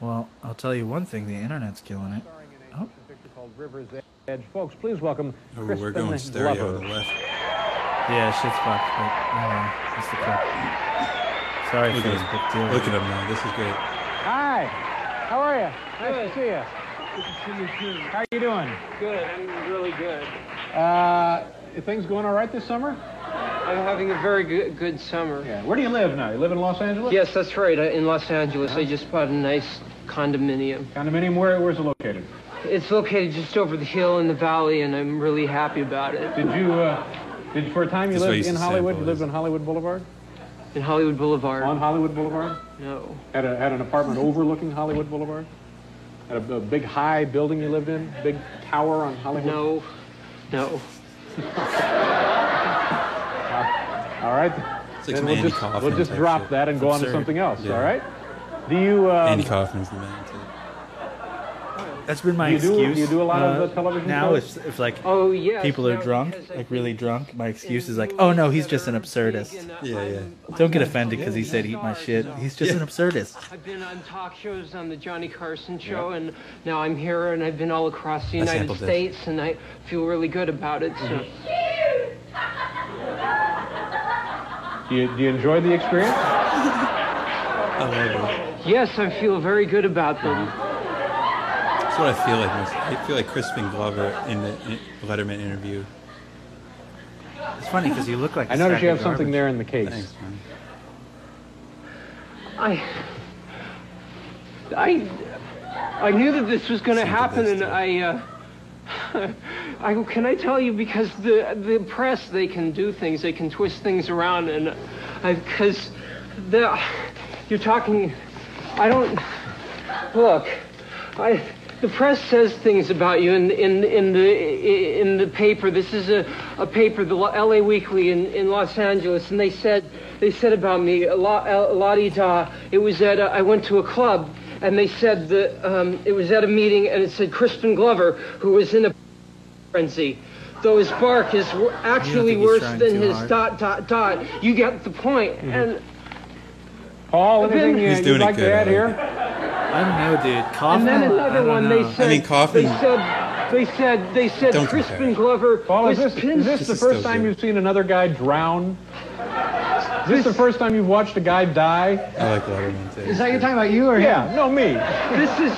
Speaker 1: Well, I'll tell you one thing the internet's killing it. Oh,
Speaker 6: picture called River's Edge. Folks, please welcome
Speaker 2: Oh,
Speaker 6: Crispin
Speaker 2: we're going stereo
Speaker 6: Glover.
Speaker 2: on the left.
Speaker 1: yeah, shit's fucked, but oh well, that's the clip. Sorry,
Speaker 2: Look at
Speaker 1: Facebook, deal
Speaker 2: him.
Speaker 1: with
Speaker 2: Look at him now. This is great.
Speaker 6: Hi. How are you? Nice to see you. Good to see you, too. How are you doing?
Speaker 8: Good, I'm really good.
Speaker 6: Uh, things going all right this summer?
Speaker 8: I'm having a very good, good summer.
Speaker 6: Yeah. Where do you live now? You live in Los Angeles?
Speaker 8: Yes, that's right. I, in Los Angeles, I just bought a nice condominium.
Speaker 6: Condominium, where, where's it located?
Speaker 8: It's located just over the hill in the valley, and I'm really happy about it.
Speaker 6: Did you, uh, did for a time you
Speaker 2: That's what I
Speaker 6: lived
Speaker 2: used
Speaker 6: in
Speaker 2: to
Speaker 6: Hollywood?
Speaker 2: sample
Speaker 6: You lived
Speaker 2: is-
Speaker 6: on Hollywood Boulevard?
Speaker 8: In Hollywood Boulevard?
Speaker 6: On Hollywood Boulevard?
Speaker 8: No.
Speaker 6: Had, a, had an apartment overlooking Hollywood Boulevard? Had a, a big high building you lived in? Big tower on Hollywood?
Speaker 7: No, no.
Speaker 6: All right.
Speaker 2: It's like
Speaker 6: Then
Speaker 2: some
Speaker 6: we'll
Speaker 2: Andy
Speaker 6: just,
Speaker 2: Kaufman
Speaker 6: we'll just
Speaker 2: type
Speaker 6: drop
Speaker 2: shit.
Speaker 6: that and go on to
Speaker 2: Absurd.
Speaker 6: something else.
Speaker 2: Yeah.
Speaker 6: All right. Do you um,
Speaker 2: Andy Kaufman's the man. Too.
Speaker 1: That's been my
Speaker 6: You do-
Speaker 1: excuse.
Speaker 6: you do a lot of, uh, television
Speaker 1: now.
Speaker 6: shows?
Speaker 1: If, if like
Speaker 7: Oh, yes,
Speaker 1: people are
Speaker 7: no,
Speaker 1: drunk,
Speaker 7: because I
Speaker 1: like really
Speaker 7: think
Speaker 1: drunk, my excuse is like,
Speaker 7: movies
Speaker 1: oh no, he's
Speaker 7: that
Speaker 1: just an
Speaker 7: are big
Speaker 1: absurdist.
Speaker 7: enough-
Speaker 2: Yeah, yeah.
Speaker 7: I'm-
Speaker 1: Don't get
Speaker 7: I'm-
Speaker 1: offended because he said eat my shit. He's just
Speaker 2: Yeah.
Speaker 1: an absurdist.
Speaker 7: I've been on talk shows on the Johnny Carson show, and now I'm here, and I've been all across the
Speaker 2: I
Speaker 7: United
Speaker 2: sampled this.
Speaker 7: States, and I feel really good about it. So
Speaker 6: do you do you enjoy the experience?
Speaker 2: I love it.
Speaker 7: yes, I feel very good about them.
Speaker 2: That's what I feel like. Most. I feel like Crispin Glover in the in- Letterman interview.
Speaker 1: It's funny because you look like.
Speaker 6: I noticed you have something there in the case.
Speaker 2: Thanks, man.
Speaker 7: I, I, I knew that this was going to
Speaker 2: Seems like
Speaker 7: happen,
Speaker 2: that's
Speaker 7: and
Speaker 2: true.
Speaker 7: I, uh, I can I tell you because the the press they can do things, they can twist things around, and I because the you're talking, I don't look, I. The press says things about you in in in the in the paper. This is a, a paper, the L.A. Weekly in, in Los Angeles, and they said they said about me a lot. A lot it was at a, I went to a club, and they said that um, it was at a meeting, and it said Crispin Glover, who was in a frenzy. Though his bark is wor- actually
Speaker 1: think he's
Speaker 7: worse
Speaker 1: trying
Speaker 7: than
Speaker 1: too
Speaker 7: his
Speaker 1: hard. Mm-hmm.
Speaker 7: dot dot dot. You get the point. And
Speaker 6: Paul, anything
Speaker 7: He's
Speaker 6: uh,
Speaker 2: doing
Speaker 6: you'd
Speaker 2: it
Speaker 6: like
Speaker 2: good,
Speaker 6: to add
Speaker 2: I like
Speaker 6: here?
Speaker 1: I don't know, dude.
Speaker 7: And
Speaker 1: Kaufman.
Speaker 7: then another
Speaker 1: I
Speaker 7: one,
Speaker 1: don't
Speaker 7: they
Speaker 1: know.
Speaker 7: said.
Speaker 2: I mean, Kaufman-
Speaker 7: They said, they said, they said
Speaker 2: Don't
Speaker 7: Crispin
Speaker 2: compare.
Speaker 7: Glover
Speaker 6: Paul,
Speaker 7: was
Speaker 6: is this,
Speaker 7: pin-
Speaker 6: is this
Speaker 2: This
Speaker 6: the
Speaker 2: is
Speaker 6: first
Speaker 2: still
Speaker 6: time
Speaker 2: good.
Speaker 6: you've seen another guy drown? Is this the first time you've watched a guy die?
Speaker 2: I like Letterman too. Is
Speaker 9: about you or
Speaker 6: Yeah, no, me.
Speaker 7: This is,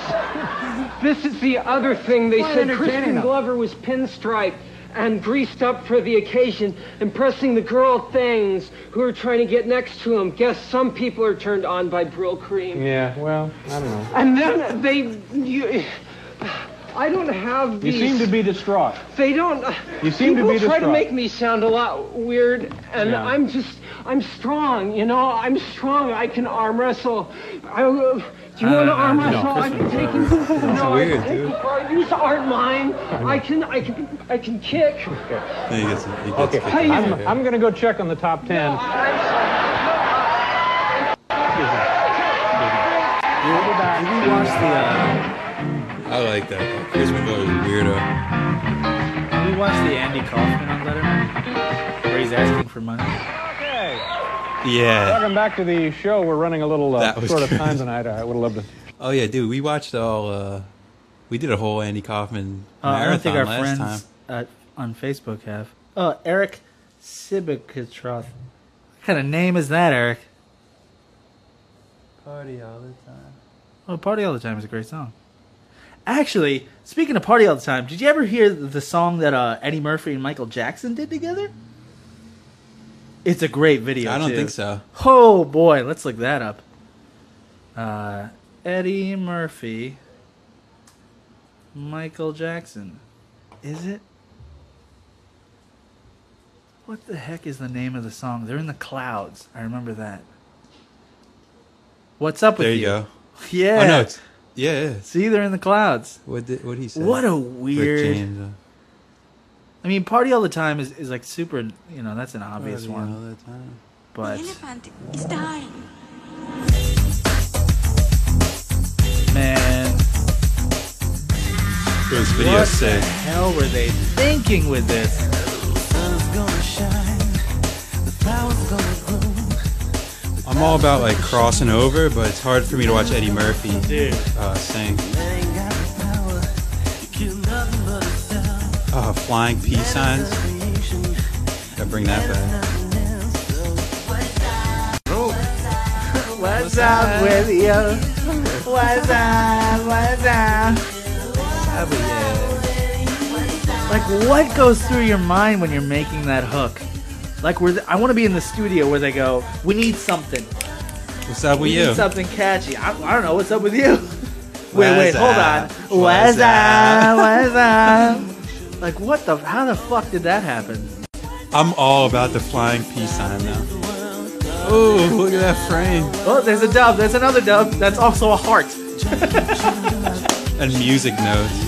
Speaker 7: this is the other thing they
Speaker 9: Quite
Speaker 7: said.
Speaker 9: entertaining,
Speaker 7: Crispin
Speaker 9: though.
Speaker 7: Glover was pinstriped and greased up for the occasion, impressing the girl things who are trying to get next to him. Guess some people are turned on by Brill cream.
Speaker 6: Yeah, well, I don't know.
Speaker 7: And then they, you, I don't have
Speaker 6: You
Speaker 7: these.
Speaker 6: seem to be distraught.
Speaker 7: They don't.
Speaker 6: You seem to
Speaker 7: people
Speaker 6: be
Speaker 7: try to
Speaker 6: distraught.
Speaker 7: make me sound a lot weird, and
Speaker 6: Yeah.
Speaker 7: I'm just, I'm strong. You know, I'm strong. I can arm wrestle. I, uh, do you want to arm wrestle? I can take you. No,
Speaker 2: weird,
Speaker 7: I can
Speaker 2: dude.
Speaker 7: take you. These aren't mine. I can, I can, I can kick.
Speaker 2: He gets, he gets okay.
Speaker 7: Hey,
Speaker 6: I'm, I'm going to go check on the top ten.
Speaker 1: Did we watch the? uh,
Speaker 2: I like that. Crispin Glover's a weirdo.
Speaker 1: Uh, did we watch the Andy Kaufman on Letterman, where he's asking for money.
Speaker 6: Okay.
Speaker 2: Yeah.
Speaker 6: Welcome back to the show. We're running a little uh,
Speaker 2: That was
Speaker 6: short of
Speaker 2: good.
Speaker 6: time tonight. I would have loved to.
Speaker 2: Oh yeah, dude. We watched all. uh We did a whole Andy Kaufman
Speaker 1: Uh, I
Speaker 2: marathon
Speaker 1: don't think our
Speaker 2: last time.
Speaker 1: friends at, on Facebook have. Oh, Eric Sibikitroth. What kind of name is that, Eric? Party all the time. Oh, Party All the Time is a great song. Actually, speaking of Party All the Time, did you ever hear the the song that uh, Eddie Murphy and Michael Jackson did together? It's a great video.
Speaker 2: I don't
Speaker 1: too.
Speaker 2: think so.
Speaker 1: Oh boy, let's look that up. Uh, Eddie Murphy, Michael Jackson. Is it? What the heck is the name of the song? They're in the clouds. I remember that. What's up with
Speaker 2: There you
Speaker 1: you?
Speaker 2: go.
Speaker 1: Yeah.
Speaker 2: Oh no, it's yeah. yeah, it's-
Speaker 1: See, they're in the clouds.
Speaker 2: What did what he say?
Speaker 1: What a
Speaker 2: Rick
Speaker 1: weird.
Speaker 2: James, uh,
Speaker 1: I mean, party all the time is, is like super. You know, that's an obvious
Speaker 2: party
Speaker 1: one,
Speaker 2: all the time.
Speaker 1: but.
Speaker 3: elephant is dying.
Speaker 1: Man,
Speaker 2: What does this video
Speaker 1: what
Speaker 2: say?
Speaker 1: the hell were they thinking with this?
Speaker 3: Sun's gonna shine. The flowers gonna bloom.
Speaker 2: I'm all about like crossing over, but it's hard for me to watch Eddie Murphy
Speaker 1: Dude.
Speaker 2: uh, sing.
Speaker 3: They ain't got the power. You kill nothing but a sound.
Speaker 2: Oh, flying peace signs.
Speaker 3: Creation.
Speaker 2: Gotta bring that back.
Speaker 1: What's up with you? What's up? What's up? Like, what goes through your mind when you're making that hook? Like, we're I want to be in the studio where they go, we need something.
Speaker 2: What's up with
Speaker 1: We
Speaker 2: you?
Speaker 1: need something catchy. I, I don't know. What's up with you? wait, wait,
Speaker 2: What's
Speaker 1: hold on.
Speaker 2: up?
Speaker 1: What's
Speaker 2: What's
Speaker 1: up? What's up? Like, what the? How the fuck did that happen?
Speaker 2: I'm all about the flying peace sign now. Oh, look at that frame.
Speaker 1: Oh, there's a dub. There's another dub. That's also a heart.
Speaker 2: and music notes.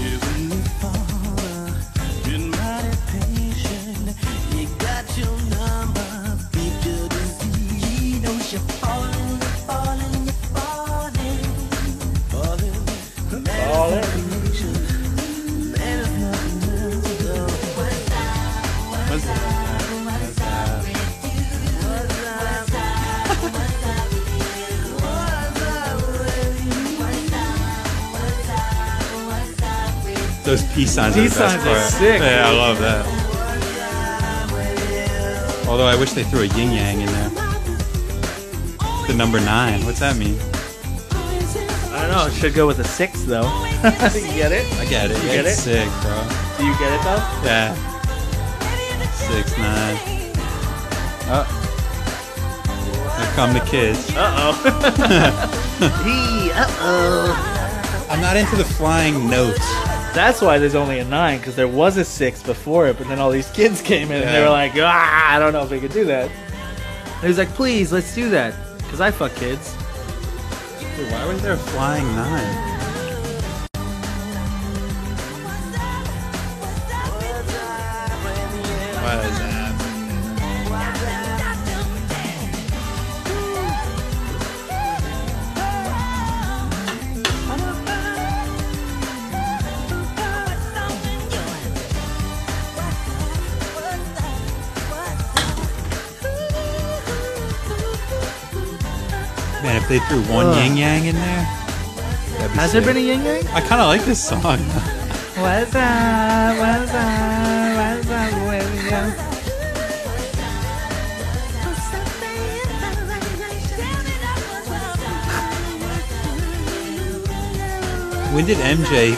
Speaker 2: Those peace signs
Speaker 1: Peace
Speaker 2: are the best
Speaker 1: signs are
Speaker 2: part.
Speaker 1: sick,
Speaker 2: Yeah, I love that. Although I wish they threw a yin yang in there. The number nine. What's that mean?
Speaker 1: I don't know. It should go with a six though. you get it?
Speaker 2: I get it.
Speaker 1: You get
Speaker 2: It's
Speaker 1: it?
Speaker 2: sick, bro.
Speaker 1: Do you get it though?
Speaker 2: Yeah. Six nine. Oh. Here come the kids.
Speaker 1: He. Uh oh.
Speaker 2: I'm not into the flying notes.
Speaker 1: That's why there's only a nine because there was a six before it, but then all these kids came in and they
Speaker 2: Yeah.
Speaker 1: were like, ah, I don't know if we could do that. And he was like, please, let's do that because I fuck kids.
Speaker 2: Dude, why was there a flying nine? What is that? Man, if they threw one
Speaker 1: Ugh.
Speaker 2: yin yang in there, that'd be
Speaker 1: Has
Speaker 2: sick.
Speaker 1: there been a yin yang?
Speaker 2: I kind of like this song.
Speaker 1: What's up? What's up? What's up?
Speaker 2: when did MJ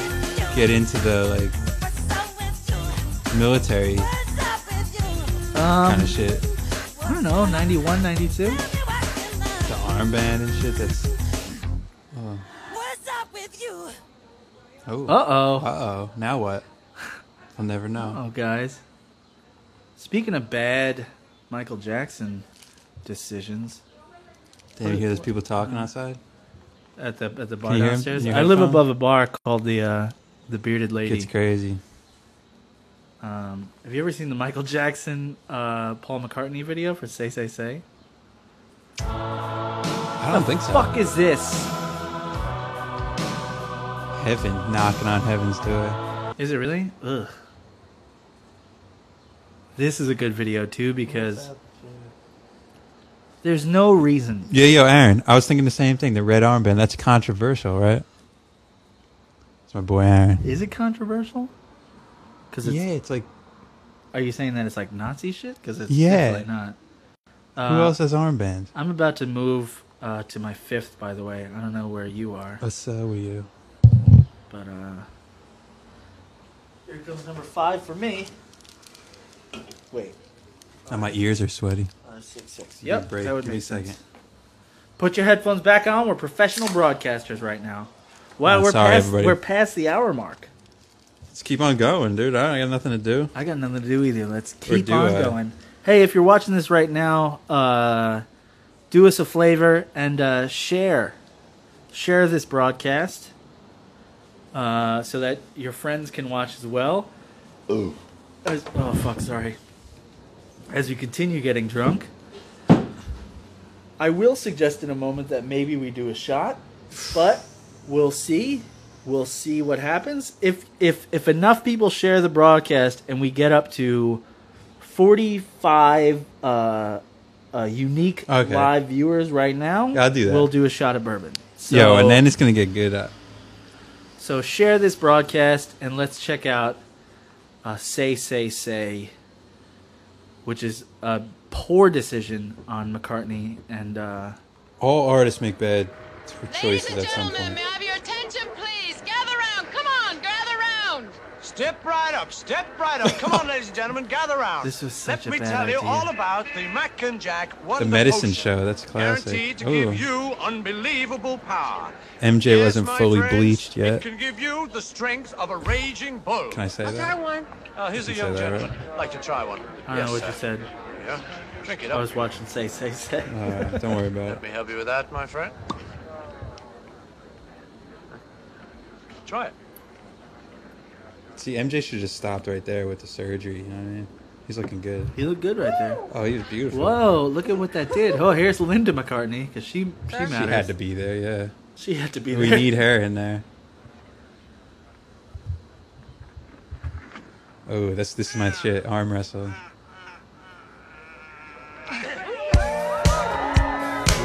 Speaker 2: get into the like military
Speaker 1: Um,
Speaker 2: kind of shit?
Speaker 1: I don't know, 91, 92?
Speaker 2: The armband and shit. That's
Speaker 1: Uh
Speaker 2: oh
Speaker 1: oh.
Speaker 2: Uh-oh. Now what? I'll never know.
Speaker 1: Oh, guys. Speaking of bad Michael Jackson decisions
Speaker 2: Damn, you hear those people talking outside?
Speaker 1: at the at the bar
Speaker 2: Can you hear him?
Speaker 1: downstairs,
Speaker 2: Can you
Speaker 1: I
Speaker 2: hear
Speaker 1: live
Speaker 2: him?
Speaker 1: above a bar called the uh, the Bearded
Speaker 2: It's
Speaker 1: Lady.
Speaker 2: crazy.
Speaker 1: Um, have you ever seen the Michael Jackson uh, Paul McCartney video for "Say Say Say"?
Speaker 2: I don't think so.
Speaker 1: Fuck is this?
Speaker 2: Heaven knocking on heaven's door.
Speaker 1: Is it really? Ugh. This is a good video too because there's no reason
Speaker 2: Yeah, yo, Aaron. I was thinking the same thing. The red armband. That's controversial, right? It's my boy Aaron.
Speaker 1: Is it controversial? Because
Speaker 2: yeah, it's like
Speaker 1: are you saying that it's like Nazi shit? Because it's
Speaker 2: Yeah.
Speaker 1: definitely not.
Speaker 2: who
Speaker 1: Uh,
Speaker 2: else has armbands?
Speaker 1: I'm about to move uh, to my fifth. By the way, I don't know where you are,
Speaker 2: What's up with you?
Speaker 1: but uh, here comes number five for me. Wait,
Speaker 2: Now my ears are sweaty.
Speaker 1: five, six, six.
Speaker 2: Give me a
Speaker 1: Yep,
Speaker 2: break.
Speaker 1: that would
Speaker 2: Give me
Speaker 1: make
Speaker 2: a second.
Speaker 1: sense. Put your headphones back on. We're professional broadcasters right now. Well,
Speaker 2: Oh,
Speaker 1: we're
Speaker 2: sorry,
Speaker 1: past
Speaker 2: everybody.
Speaker 1: we're past the hour mark.
Speaker 2: Let's keep on going, dude. I don't got nothing to do.
Speaker 1: I got nothing to do either. Let's keep
Speaker 2: do
Speaker 1: on
Speaker 2: I?
Speaker 1: going. Hey, if you're watching this right now, uh, do us a flavor and uh, share, share this broadcast, uh, so that your friends can watch as well. Ooh. As, oh fuck! Sorry. As we continue getting drunk, I will suggest in a moment that maybe we do a shot, but we'll see we'll see what happens. If if if enough people share the broadcast and we get up to forty five uh, uh, unique
Speaker 2: Okay.
Speaker 1: live viewers right now,
Speaker 2: Yeah, I'll do that.
Speaker 1: We'll do a shot of bourbon. So,
Speaker 2: yo, and then it's gonna get good. Uh, Up.
Speaker 1: so share this broadcast and let's check out uh, say say say, which is a poor decision on McCartney and. Uh,
Speaker 2: All artists make bad
Speaker 9: Ladies
Speaker 2: choices
Speaker 9: and
Speaker 2: at some
Speaker 9: gentlemen,
Speaker 2: point.
Speaker 9: may I have your attention, please? Gather round. Come on, gather round.
Speaker 10: Step right up, step right up. Come on, ladies and gentlemen, gather round.
Speaker 1: This was
Speaker 10: Let
Speaker 1: such a
Speaker 10: me
Speaker 1: bad
Speaker 10: tell you
Speaker 1: idea.
Speaker 10: all about the Mac and Jack
Speaker 2: The
Speaker 10: Wonder
Speaker 2: medicine
Speaker 10: Potion,
Speaker 2: show. That's
Speaker 10: Guaranteed
Speaker 2: classic.
Speaker 10: to
Speaker 2: Ooh.
Speaker 10: give you unbelievable power.
Speaker 2: MJ
Speaker 10: Yes,
Speaker 2: wasn't
Speaker 10: my
Speaker 2: fully
Speaker 10: friends,
Speaker 2: bleached
Speaker 10: It
Speaker 2: yet.
Speaker 10: can give you the strength of a raging bull.
Speaker 2: Can I say
Speaker 10: I'll
Speaker 2: that?
Speaker 10: try one. Uh, here's a
Speaker 2: You can
Speaker 10: young
Speaker 2: say that,
Speaker 10: gentleman. Like to try one.
Speaker 1: I don't
Speaker 10: yes,
Speaker 1: know what
Speaker 10: sir.
Speaker 1: you said.
Speaker 10: Yeah. Drink it
Speaker 1: I
Speaker 10: up.
Speaker 1: was watching Say Say Say.
Speaker 2: All right, don't worry about
Speaker 10: Let
Speaker 2: it.
Speaker 10: me help you with that, my friend. Try it.
Speaker 2: See, MJ should have just stopped right there with the surgery. You know what I mean? He's looking good.
Speaker 1: He looked good right there.
Speaker 2: Oh, he was beautiful.
Speaker 1: Whoa, look at what that did. Oh, here's Linda McCartney because she she
Speaker 2: She
Speaker 1: matters.
Speaker 2: had to be there. Yeah.
Speaker 1: She had to be
Speaker 2: We
Speaker 1: there.
Speaker 2: need her in there. Oh, that's this is my shit. Arm wrestling.
Speaker 1: Whoa!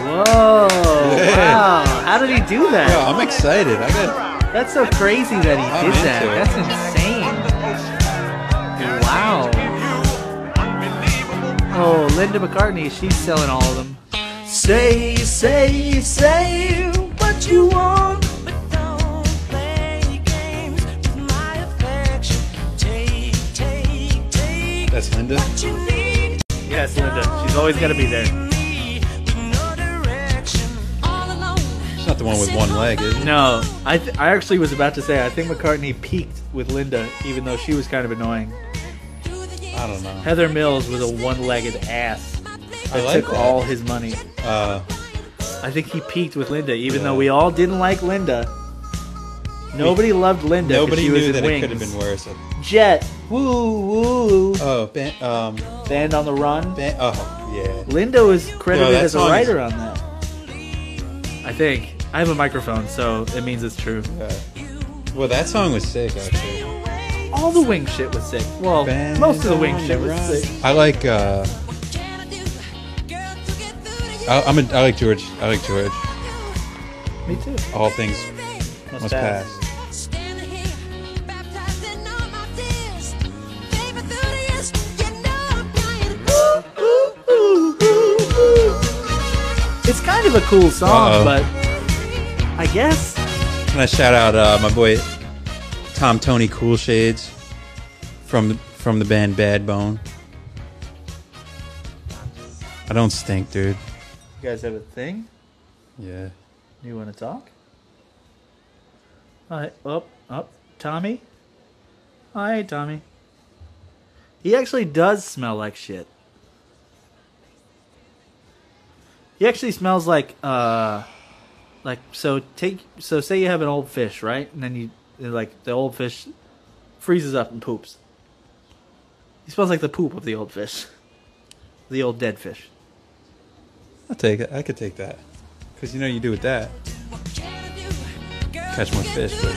Speaker 1: Wow! How did he do that?
Speaker 2: Yo, I'm excited. I got
Speaker 1: That's so crazy that he
Speaker 2: I'm
Speaker 1: did that.
Speaker 2: into it.
Speaker 1: That's insane. Wow. Oh, Linda McCartney, she's selling all of them.
Speaker 3: Say, say, say what you want. but don't play games with my affection. Take, take, take
Speaker 2: that's Linda.
Speaker 3: what you need.
Speaker 1: Yes, Linda. She's always got to be there.
Speaker 3: Me with no direction. All alone.
Speaker 2: She's not the one with one leg, is it?
Speaker 1: No, I th- I actually was about to say I think McCartney peaked with Linda, even though she was kind of annoying.
Speaker 3: Through the
Speaker 2: I don't know.
Speaker 1: Heather Mills was a one-legged ass
Speaker 2: I
Speaker 1: that
Speaker 2: like
Speaker 1: took
Speaker 2: that.
Speaker 1: all his money.
Speaker 2: Uh,
Speaker 1: I think he peaked with Linda, even
Speaker 2: Yeah.
Speaker 1: though we all didn't like Linda. Nobody loved Linda. 'cause
Speaker 2: nobody
Speaker 1: she was
Speaker 2: knew
Speaker 1: in
Speaker 2: that
Speaker 1: wings.
Speaker 2: it could have been worse.
Speaker 1: Jet, woo woo,
Speaker 2: Oh, ban- um,
Speaker 1: band on the run.
Speaker 2: ban- oh, yeah.
Speaker 1: Linda was credited
Speaker 2: that
Speaker 1: as a
Speaker 2: song is-
Speaker 1: writer on that. I think I have a microphone, so it means it's true.
Speaker 2: Uh, Well, that song was sick, actually.
Speaker 1: All the wing shit was sick. Well,
Speaker 2: Band
Speaker 1: most of the wing
Speaker 2: on
Speaker 1: shit was
Speaker 2: run.
Speaker 1: sick.
Speaker 2: I like. Uh, I, I'm a, I like George. I like George.
Speaker 1: Me too.
Speaker 2: All things
Speaker 1: Must
Speaker 2: must
Speaker 1: pass.
Speaker 2: pass.
Speaker 1: It's kind of a cool song,
Speaker 2: Uh-oh.
Speaker 1: but I guess
Speaker 2: Can I shout out uh, my boy Tom Tony Cool Shades from the, from the band Bad Bone? I don't stink, dude.
Speaker 1: you guys have a thing.
Speaker 2: Yeah.
Speaker 1: You want to talk? Hi, up, up, Tommy. Hi, Tommy. He actually does smell like shit. He actually smells like, uh, like so. Take so say you have an old fish, right? And then you like the old fish freezes up and poops. He smells like the poop of the old fish, the old dead fish.
Speaker 2: I'll take it. I could take that. Because you know you do with that. Catch more fish, but.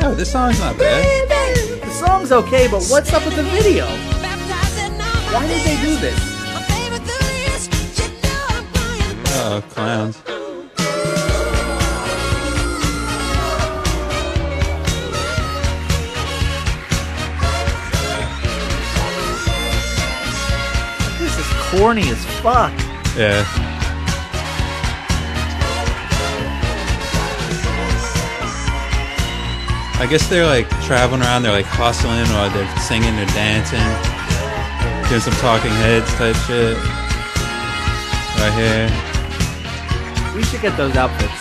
Speaker 2: Yeah, this song's not bad.
Speaker 1: The song's okay, but what's up with the video? Why did they do this?
Speaker 2: Oh, clowns.
Speaker 1: This is corny as fuck.
Speaker 2: Yeah. I guess they're like traveling around, they're like hustling or they're singing or dancing, doing some talking heads type shit. Right here.
Speaker 1: We should get those outfits.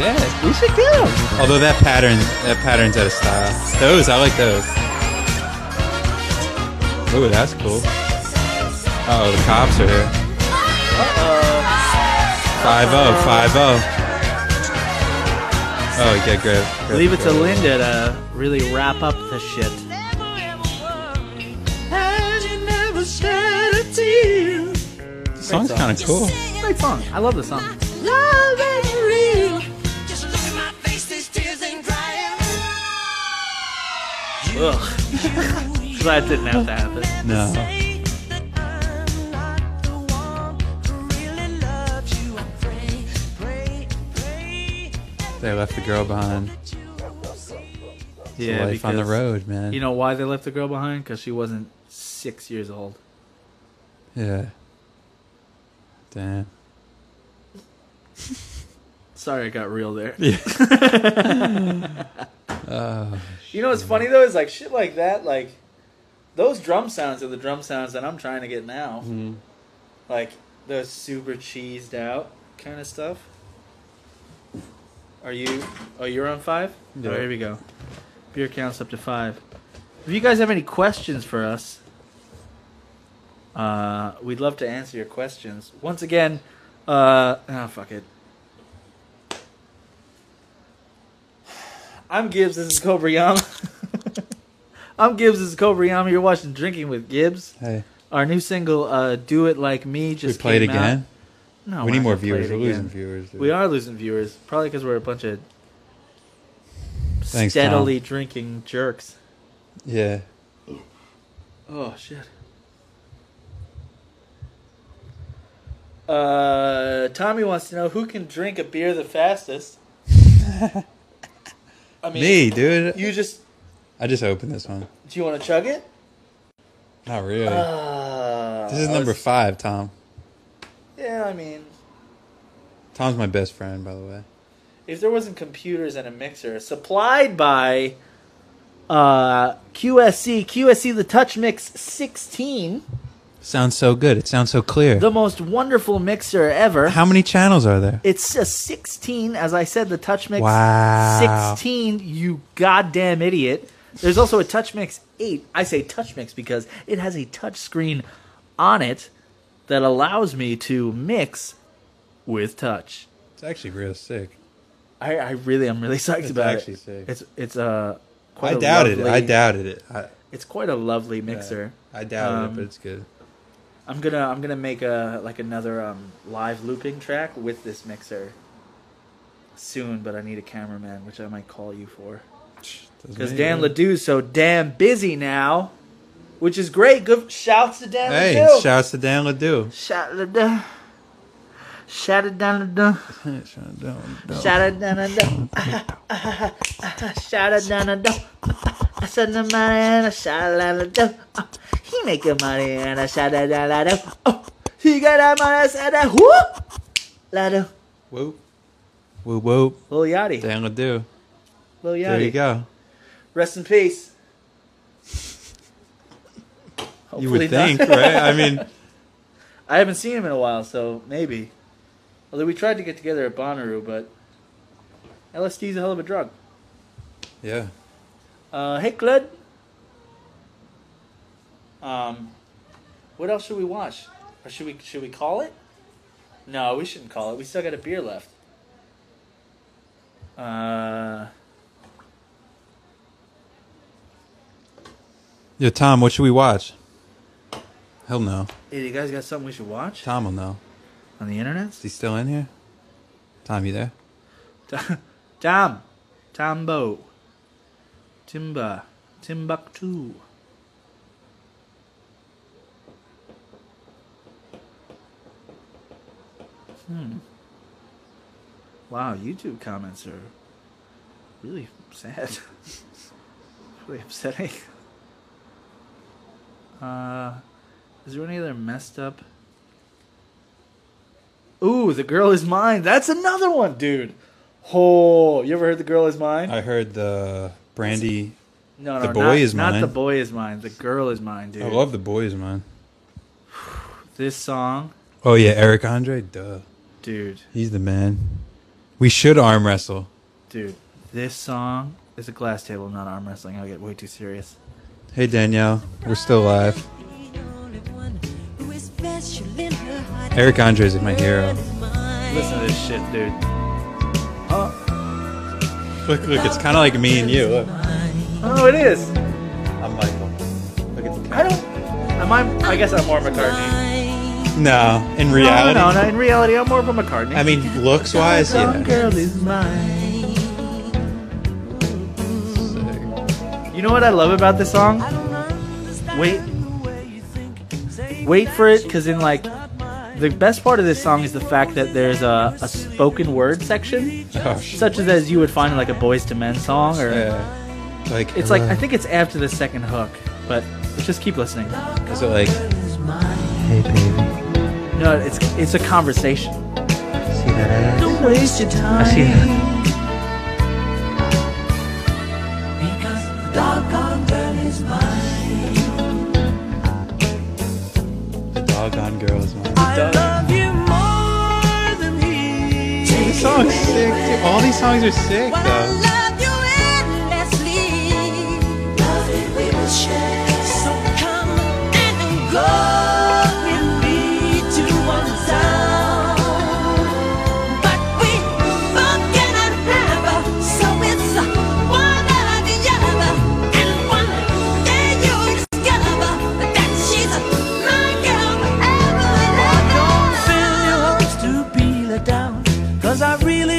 Speaker 2: Yeah.
Speaker 1: We should get them.
Speaker 2: Although that pattern that pattern's out of style. Those, I like those. Ooh, that's cool. Oh, the cops are here. Five oh, five oh. Oh yeah, great.
Speaker 1: Leave it to Linda to really wrap up the shit.
Speaker 2: The song's kind of cool.
Speaker 1: Great song. I love the song. Ugh. Glad it didn't have to happen.
Speaker 2: No. They left the girl behind. Yeah, life on the
Speaker 1: because
Speaker 2: road, man.
Speaker 1: You know why they left the girl behind? Because she wasn't six years old.
Speaker 2: Yeah. Damn.
Speaker 1: Sorry, I got real there.
Speaker 2: Yeah.
Speaker 1: you know what's funny though is like shit like that. Like those drum sounds are the drum sounds that I'm trying to get now. Like those super cheesed out kind of stuff. Are you? Oh, you're on five.
Speaker 2: Yeah.
Speaker 1: Oh, here we go. Beer counts up to five. If you guys have any questions for us, uh, we'd love to answer your ah, questions. Once again, uh, oh fuck it. I'm Gibbs. This is Cobra Yama. I'm Gibbs. This is Cobra Yama. You're watching Drinking with Gibbs.
Speaker 2: Hey,
Speaker 1: Our new single, uh, "Do It Like Me,"
Speaker 2: should we
Speaker 1: just
Speaker 2: play it
Speaker 1: came out. Oh,
Speaker 2: again?
Speaker 1: No,
Speaker 2: we
Speaker 1: we're
Speaker 2: need
Speaker 1: not
Speaker 2: more
Speaker 1: gonna play
Speaker 2: viewers.
Speaker 1: it
Speaker 2: We're
Speaker 1: again.
Speaker 2: losing viewers. dude.
Speaker 1: We are losing viewers, probably because we're a bunch of
Speaker 2: Thanks, Tom.
Speaker 1: steadily drinking jerks.
Speaker 2: Yeah.
Speaker 1: Oh shit. Uh, Tommy wants to know who can drink a beer the fastest. I mean,
Speaker 2: Me, dude.
Speaker 1: You just
Speaker 2: I just opened this one.
Speaker 1: do you want to chug it?
Speaker 2: Not really.
Speaker 1: Uh,
Speaker 2: this is number five, Tom.
Speaker 1: Yeah, I mean,
Speaker 2: Tom's my best friend, by the way.
Speaker 1: if there wasn't computers and a mixer supplied by uh, QSC, QSC the Touch Mix 16,
Speaker 2: Sounds so good. It sounds so clear.
Speaker 1: the most wonderful mixer ever.
Speaker 2: How many channels are there?
Speaker 1: It's a 16, as I said, the Touch Mix
Speaker 2: Wow.
Speaker 1: 16, you goddamn idiot. There's also a Touch Mix 8. I say Touch Mix because it has a touch screen on it that allows me to mix with touch.
Speaker 2: It's actually real sick.
Speaker 1: I, I really, I'm really psyched
Speaker 2: It's
Speaker 1: about
Speaker 2: actually
Speaker 1: it.
Speaker 2: sick.
Speaker 1: It's it's uh,
Speaker 2: I
Speaker 1: quite a
Speaker 2: doubted it. I
Speaker 1: lovely-
Speaker 2: doubted it. I,
Speaker 1: It's quite a lovely mixer.
Speaker 2: I doubted
Speaker 1: Um,
Speaker 2: it, but it's good.
Speaker 1: I'm gonna I'm gonna make a like another um, live looping track with this mixer soon, but I need a cameraman, which I might call you for.
Speaker 2: Doesn't
Speaker 1: Because
Speaker 2: it?
Speaker 1: Dan Ledoux's so damn busy now, which is great. Good shouts to Dan
Speaker 2: Hey,
Speaker 1: Ledoux.
Speaker 2: shouts to Dan Ledoux.
Speaker 1: Shout Ledoux. Shout it down Ledoux. Shout it down Ledoux. Shout it down Ledoux. I send the money and I shout it down Ledoux. Uh, He making money and I shout it down Ledoux. Oh, he got that money, I said that. Whoop! Ledoux.
Speaker 2: Whoop. Whoop, whoop.
Speaker 1: Lil Yachty.
Speaker 2: Dan Ledoux.
Speaker 1: Lil Yachty.
Speaker 2: There you go.
Speaker 1: Rest in peace.
Speaker 2: You
Speaker 1: Hopefully
Speaker 2: would
Speaker 1: not.
Speaker 2: think, right? I mean,
Speaker 1: I haven't seen him in a while, so maybe. Although we tried to get together at Bonnaroo, but LSD's a hell of a drug.
Speaker 2: yeah.
Speaker 1: Uh, hey, Clud. Um, what else should we watch? Or should we should we call it? No, we shouldn't call it. We still got a beer left. Uh,
Speaker 2: Yo, Tom, what should we watch? He'll know.
Speaker 1: hey, you guys got something we should watch
Speaker 2: Tom will know.
Speaker 1: on the internet?
Speaker 2: Is he still in here? Tom, you there?
Speaker 1: Tom, Tombo, Timba, Timbuktu. Hmm. Wow, YouTube comments are really sad. really upsetting. Uh, is there any other messed up? Ooh, the girl is mine. That's another one, dude. Oh, you ever heard the girl is mine?
Speaker 2: I heard the Brandy.
Speaker 1: no, no,
Speaker 2: The Boy
Speaker 1: not,
Speaker 2: Is
Speaker 1: Not
Speaker 2: Mine.
Speaker 1: the boy is mine. The girl is mine, dude.
Speaker 2: I love the boys, man.
Speaker 1: this song,
Speaker 2: Oh yeah, Eric Andre. Duh,
Speaker 1: dude,
Speaker 2: he's the man. We should arm wrestle.
Speaker 1: dude. This song is a glass table, not arm wrestling. I get way too serious.
Speaker 2: Hey Danielle, we're still live. Eric Andre's my hero.
Speaker 1: Listen to this shit, dude.
Speaker 2: Look, look, it's kind of like me and you. Look,
Speaker 1: Oh, it is.
Speaker 2: I'm Michael. Look at the
Speaker 1: I don't. Am I? I guess I'm more McCartney.
Speaker 2: No, in
Speaker 1: No,
Speaker 2: reality,
Speaker 1: no, no. In reality, I'm more of a McCartney.
Speaker 2: I mean looks wise,
Speaker 1: Some
Speaker 2: yeah.
Speaker 1: girl is mine. You know what I love about this song? Wait. Wait for it, because in like. The best part of this song is the fact that there's a, a spoken word section,
Speaker 2: Oh, sh-
Speaker 1: such as as you would find in like a Boys to Men song, or
Speaker 2: yeah. Like
Speaker 1: it's like
Speaker 2: hello.
Speaker 1: I think it's after the second hook, but let's just keep listening.
Speaker 2: Is it like? Hey baby,
Speaker 1: No, it's it's a conversation.
Speaker 2: see that ass?
Speaker 1: Don't waste your time. I see that.
Speaker 2: The doggone girl is mine. This song's sick. Dude. All these songs are sick though.
Speaker 3: But we both cannot have, so it's one.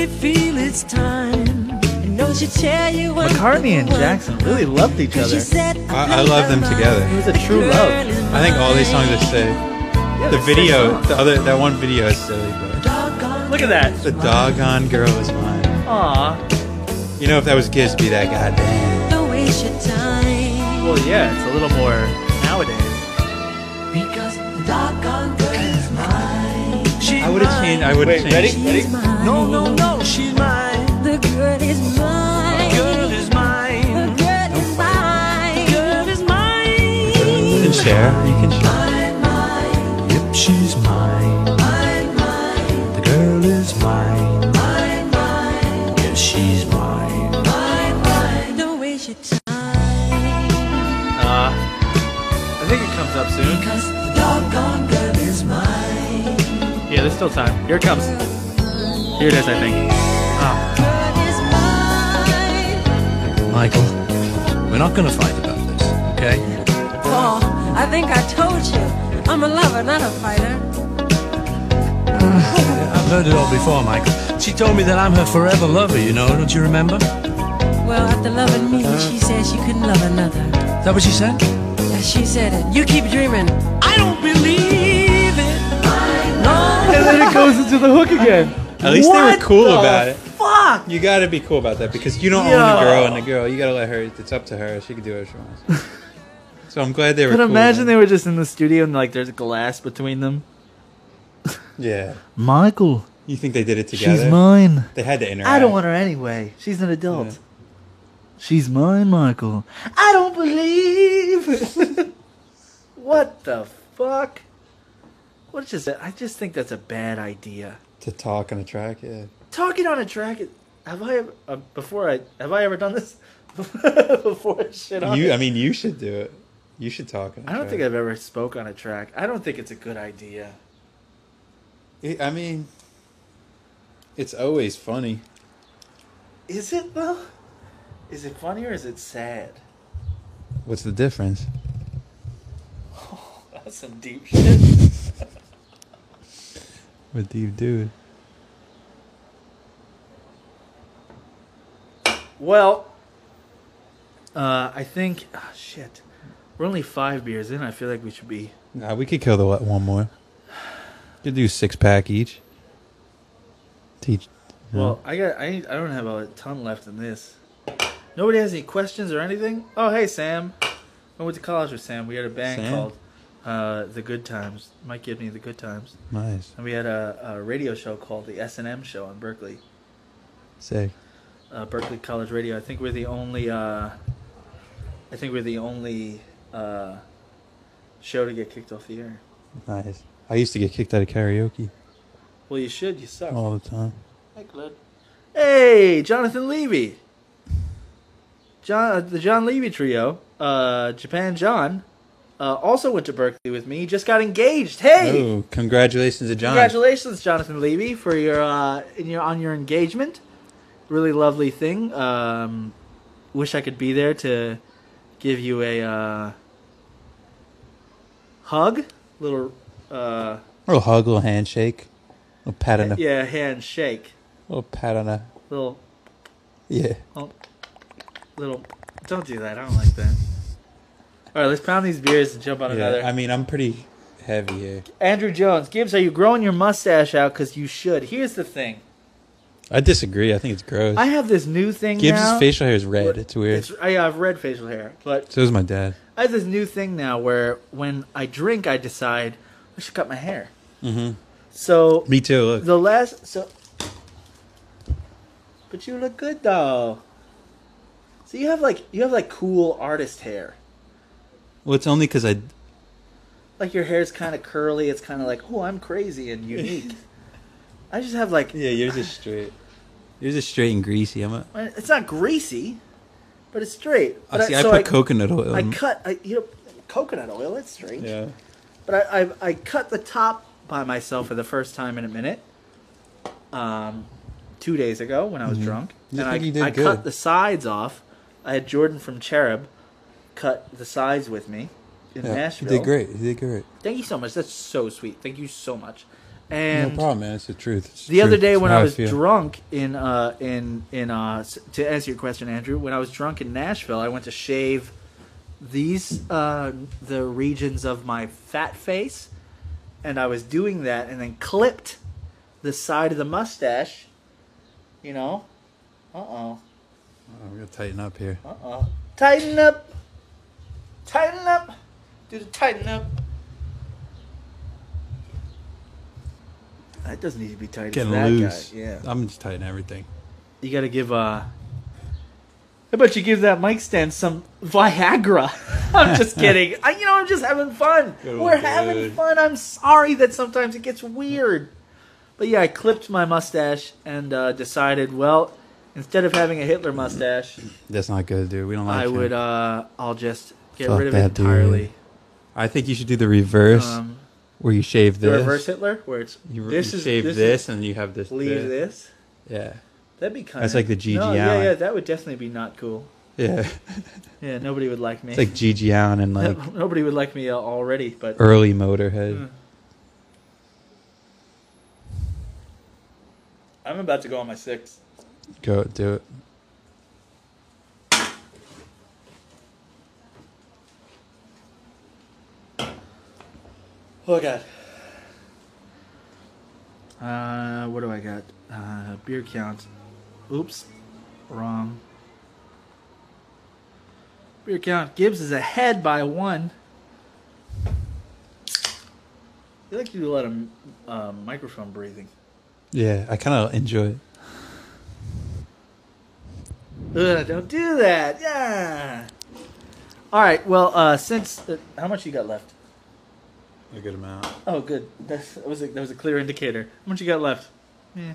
Speaker 11: feel it's time. And don't she tell you what
Speaker 1: McCartney and Jackson really loved each other.
Speaker 2: I, I love them together.
Speaker 1: It was a true love.
Speaker 2: I think all these songs are silly. The video, the other, that one video is silly, but
Speaker 1: Look at that.
Speaker 2: the doggone girl is mine.
Speaker 1: Aw.
Speaker 2: You know, if that was kids, be that goddamn.
Speaker 11: Don't waste your time.
Speaker 1: Well, yeah, it's a little more nowadays.
Speaker 11: Because the doggone girl is mine. She's
Speaker 2: I would have changed. I would have changed.
Speaker 11: She's mine.
Speaker 3: No, no, no, she's mine.
Speaker 11: The girl is mine.
Speaker 3: Girl is mine.
Speaker 11: The girl is mine. Girl is mine.
Speaker 2: You can share. You can share.
Speaker 11: Mine, mine,
Speaker 3: Yep, she's mine.
Speaker 11: mine, mine,
Speaker 3: The girl is mine.
Speaker 11: mine, mine,
Speaker 3: Yes, she's mine.
Speaker 11: mine, mine. Don't waste your time.
Speaker 1: Uh, I think it comes up soon.
Speaker 11: Because the doggone girl is mine.
Speaker 1: Yeah, there's still time. Here it comes. Here it is, I think.
Speaker 11: Girl is mine.
Speaker 12: Michael, we're not going to fight about this, okay?
Speaker 11: Paul, I think I told you. I'm a lover, not a fighter.
Speaker 12: I've heard it all before, Michael. She told me that I'm her forever lover, you know, don't you remember? Is
Speaker 11: Well, after loving me, she said she couldn't love another.
Speaker 12: that what she said?
Speaker 11: Yeah, she said it. You keep dreaming.
Speaker 12: I don't believe it.
Speaker 1: And then it goes into the hook again.
Speaker 2: At least they
Speaker 1: What
Speaker 2: were cool
Speaker 1: the
Speaker 2: about it.
Speaker 1: Fuck!
Speaker 2: You gotta be cool about that because you don't own
Speaker 1: Yeah.
Speaker 2: a girl and a girl. You gotta let her. It's up to her. She can do what she wants. so I'm glad they were.
Speaker 1: But
Speaker 2: cool
Speaker 1: imagine they
Speaker 2: about
Speaker 1: were just in the studio and like there's glass between them.
Speaker 2: it. Yeah.
Speaker 1: Michael,
Speaker 2: You think they did it together?
Speaker 1: mine.
Speaker 2: They had to interact.
Speaker 1: I don't want her anyway. She's an adult. She's mine, Michael. I don't believe. what the fuck? What is that? I just think that's a bad idea.
Speaker 2: to talk on a track. Yeah.
Speaker 1: Talking on a track. is- Have I ever uh, before I have I ever done this before? I Shit on
Speaker 2: You.
Speaker 1: it?
Speaker 2: I mean, you should do it. You should talk. On a
Speaker 1: I don't
Speaker 2: track.
Speaker 1: think I've ever spoke on a track. I don't think it's a good idea.
Speaker 2: It- I mean, it's always funny.
Speaker 1: Is it though? Is it funny or is it sad?
Speaker 2: What's the difference?
Speaker 1: That's some deep shit.
Speaker 2: What do you do?
Speaker 1: Well, uh, I think ah, shit. We're only five beers in. I feel like we should be.
Speaker 2: Nah, we could kill the what one more. Could do six pack each. Teach.
Speaker 1: Well, I got. I need, I don't have a ton left in this. Nobody has any questions or anything. Oh, hey Sam. I went to college with Sam. We had a band
Speaker 2: Sam?
Speaker 1: called uh, The Good Times. Mike Gibney, The Good Times,
Speaker 2: Nice.
Speaker 1: and we had a, a radio show called the S and M Show on Berkeley.
Speaker 2: Sick.
Speaker 1: uh, Berkeley College Radio. I think we're the only. Uh, I think we're the only uh, show to get kicked off the air.
Speaker 2: Nice. I used to get kicked out of karaoke
Speaker 1: Well, you should. You suck.
Speaker 2: all the time.
Speaker 1: Hey, Glud. Hey, Jonathan Levy. John, uh, the John Levy trio, uh, Japan John, uh, also went to Berkeley with me. Just got engaged. Hey,
Speaker 2: Oh, congratulations to John.
Speaker 1: congratulations, Jonathan Levy, for your uh, in your on your engagement. Really lovely thing. Um, wish I could be there to give you a uh, hug, little uh,
Speaker 2: Little hug, little handshake, little pat on a,
Speaker 1: yeah handshake,
Speaker 2: little pat on a,
Speaker 1: little
Speaker 2: yeah.
Speaker 1: little. Don't do that. I don't like that. All right, let's pound these beers and jump on another.
Speaker 2: yeah. I mean, I'm pretty heavy here.
Speaker 1: Andrew Jones, Gibbs, are you growing your mustache out? Because you should. Here's the thing.
Speaker 2: I disagree. I think it's gross.
Speaker 1: I have this new thing
Speaker 2: Gibbs'
Speaker 1: now.
Speaker 2: facial hair is red. It's weird.
Speaker 1: It's, I have red facial hair, but
Speaker 2: so is my dad.
Speaker 1: I have this new thing now where when I drink, I decide I should cut my hair. Mm-hmm. So
Speaker 2: Me too. Look.
Speaker 1: the last so, but you look good though. So you have like you have like cool artist hair.
Speaker 2: Well, it's only because I.
Speaker 1: Like your hair's kind of curly. It's kind of like oh, I'm crazy and unique. I just have like
Speaker 2: Yeah, yours is straight. Yours is straight and greasy. I'm a.
Speaker 1: it's not greasy, but it's straight.
Speaker 2: I
Speaker 1: But
Speaker 2: see,
Speaker 1: so
Speaker 2: I put coconut oil.
Speaker 1: I
Speaker 2: in-
Speaker 1: cut I, you know coconut oil. That's strange.
Speaker 2: Yeah.
Speaker 1: But I, I, I cut the top by myself for the first time in a minute. Um, two days ago when I was drunk,
Speaker 2: Mm-hmm. You
Speaker 1: and I,
Speaker 2: think you did
Speaker 1: I
Speaker 2: good.
Speaker 1: cut the sides off. I had Jordan from Cherub cut the sides with me in
Speaker 2: yeah. You
Speaker 1: Nashville.
Speaker 2: did great. You did great.
Speaker 1: Thank you so much. That's so sweet. Thank you so much. And
Speaker 2: no problem, man. It's the truth. It's
Speaker 1: the other
Speaker 2: truth.
Speaker 1: day
Speaker 2: It's
Speaker 1: when
Speaker 2: how
Speaker 1: I was
Speaker 2: feel.
Speaker 1: drunk in uh in in uh s- to answer your question, Andrew, when I was drunk in Nashville, I went to shave these uh the regions of my fat face, and I was doing that, and then clipped the side of the mustache. You know, uh oh,
Speaker 2: Oh, we're gonna tighten up here.
Speaker 1: uh oh, tighten up, tighten up, do the tighten up. That doesn't need to be tight.
Speaker 2: Getting
Speaker 1: it's that
Speaker 2: loose.
Speaker 1: Guy. Yeah.
Speaker 2: I'm just tightening everything.
Speaker 1: You gotta give uh How about you give that mic stand some Viagra? I'm just kidding. I, you know, I'm just having fun.
Speaker 2: Good
Speaker 1: We're
Speaker 2: one,
Speaker 1: having
Speaker 2: dude.
Speaker 1: fun. I'm sorry that sometimes it gets weird. But yeah, I clipped my mustache and uh, decided, well, instead of having a Hitler mustache,
Speaker 2: That's not good, dude. We don't like
Speaker 1: I
Speaker 2: you.
Speaker 1: would uh I'll just get
Speaker 2: Fuck
Speaker 1: rid of it
Speaker 2: that, dude.
Speaker 1: entirely.
Speaker 2: I think you should do the reverse,
Speaker 1: Um,
Speaker 2: where you shave
Speaker 1: The
Speaker 2: this.
Speaker 1: reverse Hitler, where it's
Speaker 2: You, re-
Speaker 1: this
Speaker 2: you
Speaker 1: is
Speaker 2: shave
Speaker 1: this,
Speaker 2: this,
Speaker 1: is,
Speaker 2: and you have this.
Speaker 1: leave
Speaker 2: bit.
Speaker 1: this.
Speaker 2: Yeah.
Speaker 1: That'd be kind
Speaker 2: That's like the GG
Speaker 1: no, Yeah,
Speaker 2: Allen.
Speaker 1: yeah, that would definitely be not cool.
Speaker 2: Yeah.
Speaker 1: Yeah, nobody would like me.
Speaker 2: It's like GG Allen and like
Speaker 1: nobody would like me uh, already, but uh.
Speaker 2: early Motorhead.
Speaker 1: Mm. I'm about to go on my sixth.
Speaker 2: Go do it.
Speaker 1: Oh god. Uh, what do I got? Uh, beer count. Oops, wrong. Beer count. Gibbs is ahead by one. You like to do a lot of uh, microphone breathing.
Speaker 2: Yeah, I kind of enjoy it.
Speaker 1: Ugh, don't do that. Yeah. All right. Well, uh, since uh, how much you got left?
Speaker 2: A good amount.
Speaker 1: Oh, good. That's, that was a, that was a clear indicator. How much you got left? Yeah.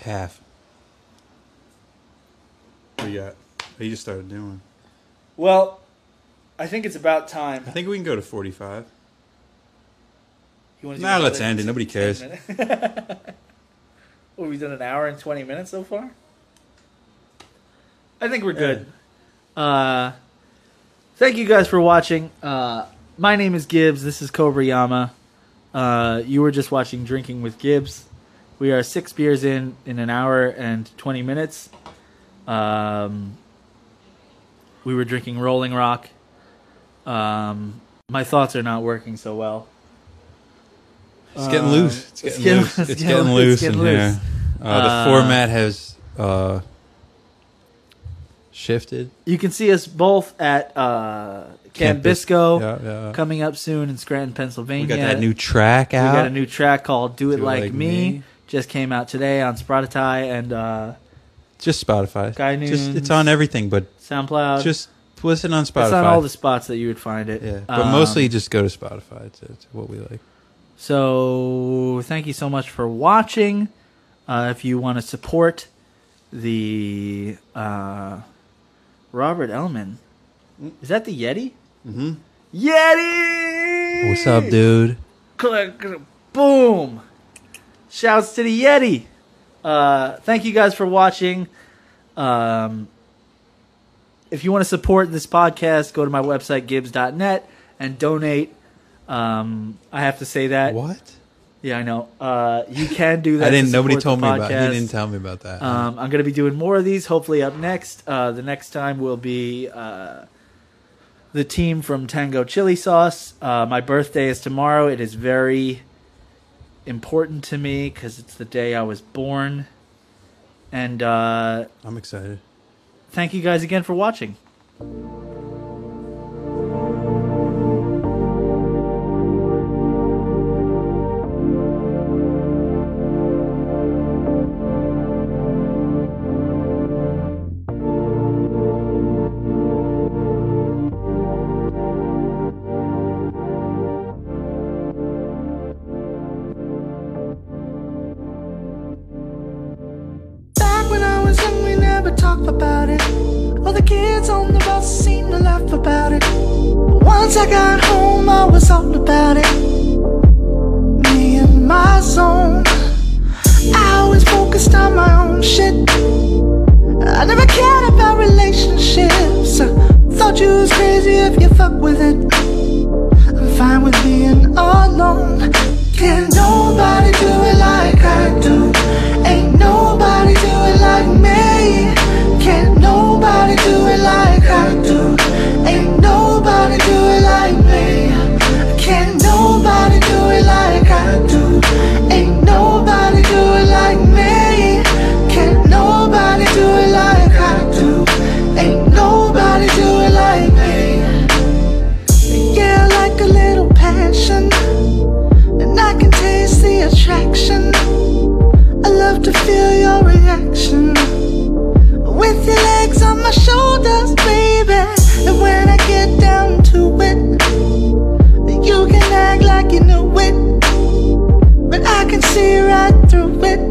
Speaker 2: Half. What you got? Oh, you just started doing.
Speaker 1: Well, I think it's about time.
Speaker 2: I think we can go to 45.
Speaker 1: You wanna do
Speaker 2: Nah, let's
Speaker 1: another
Speaker 2: end it. Nobody
Speaker 1: 10
Speaker 2: cares.
Speaker 1: minute- what, we've done an hour and 20 minutes so far? I think we're good. Uh, thank you guys for watching. Uh, my name is Gibbs. This is Cobra Yama. Uh, you were just watching Drinking with Gibbs. We are six beers in in an hour and 20 minutes. Um, we were drinking Rolling Rock. Um, my thoughts are not working so well.
Speaker 2: It's getting loose. It's getting loose. It's, getting, loose in here. Uh,
Speaker 1: Uh,
Speaker 2: the format has uh, shifted.
Speaker 1: You can see us both at uh,
Speaker 2: Camp Bis-
Speaker 1: Cambisco
Speaker 2: yeah, yeah, yeah.
Speaker 1: coming up soon in Scranton, Pennsylvania.
Speaker 2: We got that new track out.
Speaker 1: We got a new track called "Do It,
Speaker 2: Do It
Speaker 1: Like,
Speaker 2: Like
Speaker 1: Me.
Speaker 2: Me.
Speaker 1: Just came out today on Spotify and uh,
Speaker 2: just Spotify.
Speaker 1: Guy
Speaker 2: Just,
Speaker 1: Noons.
Speaker 2: it's on everything, but
Speaker 1: SoundCloud.
Speaker 2: just listen on Spotify.
Speaker 1: Uh, It's on all the spots that you would find it.
Speaker 2: yeah, but
Speaker 1: Um,
Speaker 2: mostly just go to Spotify. It's, it's what we like.
Speaker 1: So thank you so much for watching. Uh, if you want to support the uh, Robert Ellman,
Speaker 2: Mm.
Speaker 1: is that the Yeti? Mm-hmm. Yeti.
Speaker 2: What's up, dude?
Speaker 1: Click, click, boom. Shouts to the Yeti. Uh, thank you guys for watching. Um, if you want to support this podcast, go to my website, gibbs.net, and donate. Um, I have to say that.
Speaker 2: What?
Speaker 1: Yeah, I know. Uh, you can do that.
Speaker 2: I didn't.
Speaker 1: to
Speaker 2: Nobody
Speaker 1: support
Speaker 2: told
Speaker 1: the
Speaker 2: me about.
Speaker 1: podcast.
Speaker 2: He didn't tell me about that.
Speaker 1: Um, I'm going to be doing more of these. Hopefully, up next. Uh, the next time will be uh, the team from Tango Chili Sauce. Uh, my birthday is tomorrow. It is very important to me because it's the day I was born. And uh,
Speaker 2: I'm excited.
Speaker 1: thank you guys again for watching.
Speaker 3: Back when I was young, we never talked about it. All the kids on the bus seemed to laugh about it. But once I got home, I was all about it. Me and my zone. I was focused on my own shit. I never cared about relationships. I thought you was crazy if you fuck with it. In fine with being alone. Can nobody do it like I do? Ain't nobody do it like me. Can nobody do it like I do? Ain't nobody do it like me. Can nobody do it like I do? Ain't nobody do it like me. Can nobody do it like I do? Ain't nobody do it like me. Yeah, I like a little passion, and I can taste the attraction. I love to feel your reaction with your legs on my shoulders, baby. And when I get down to it, you can act like you knew it, but I can see right through it.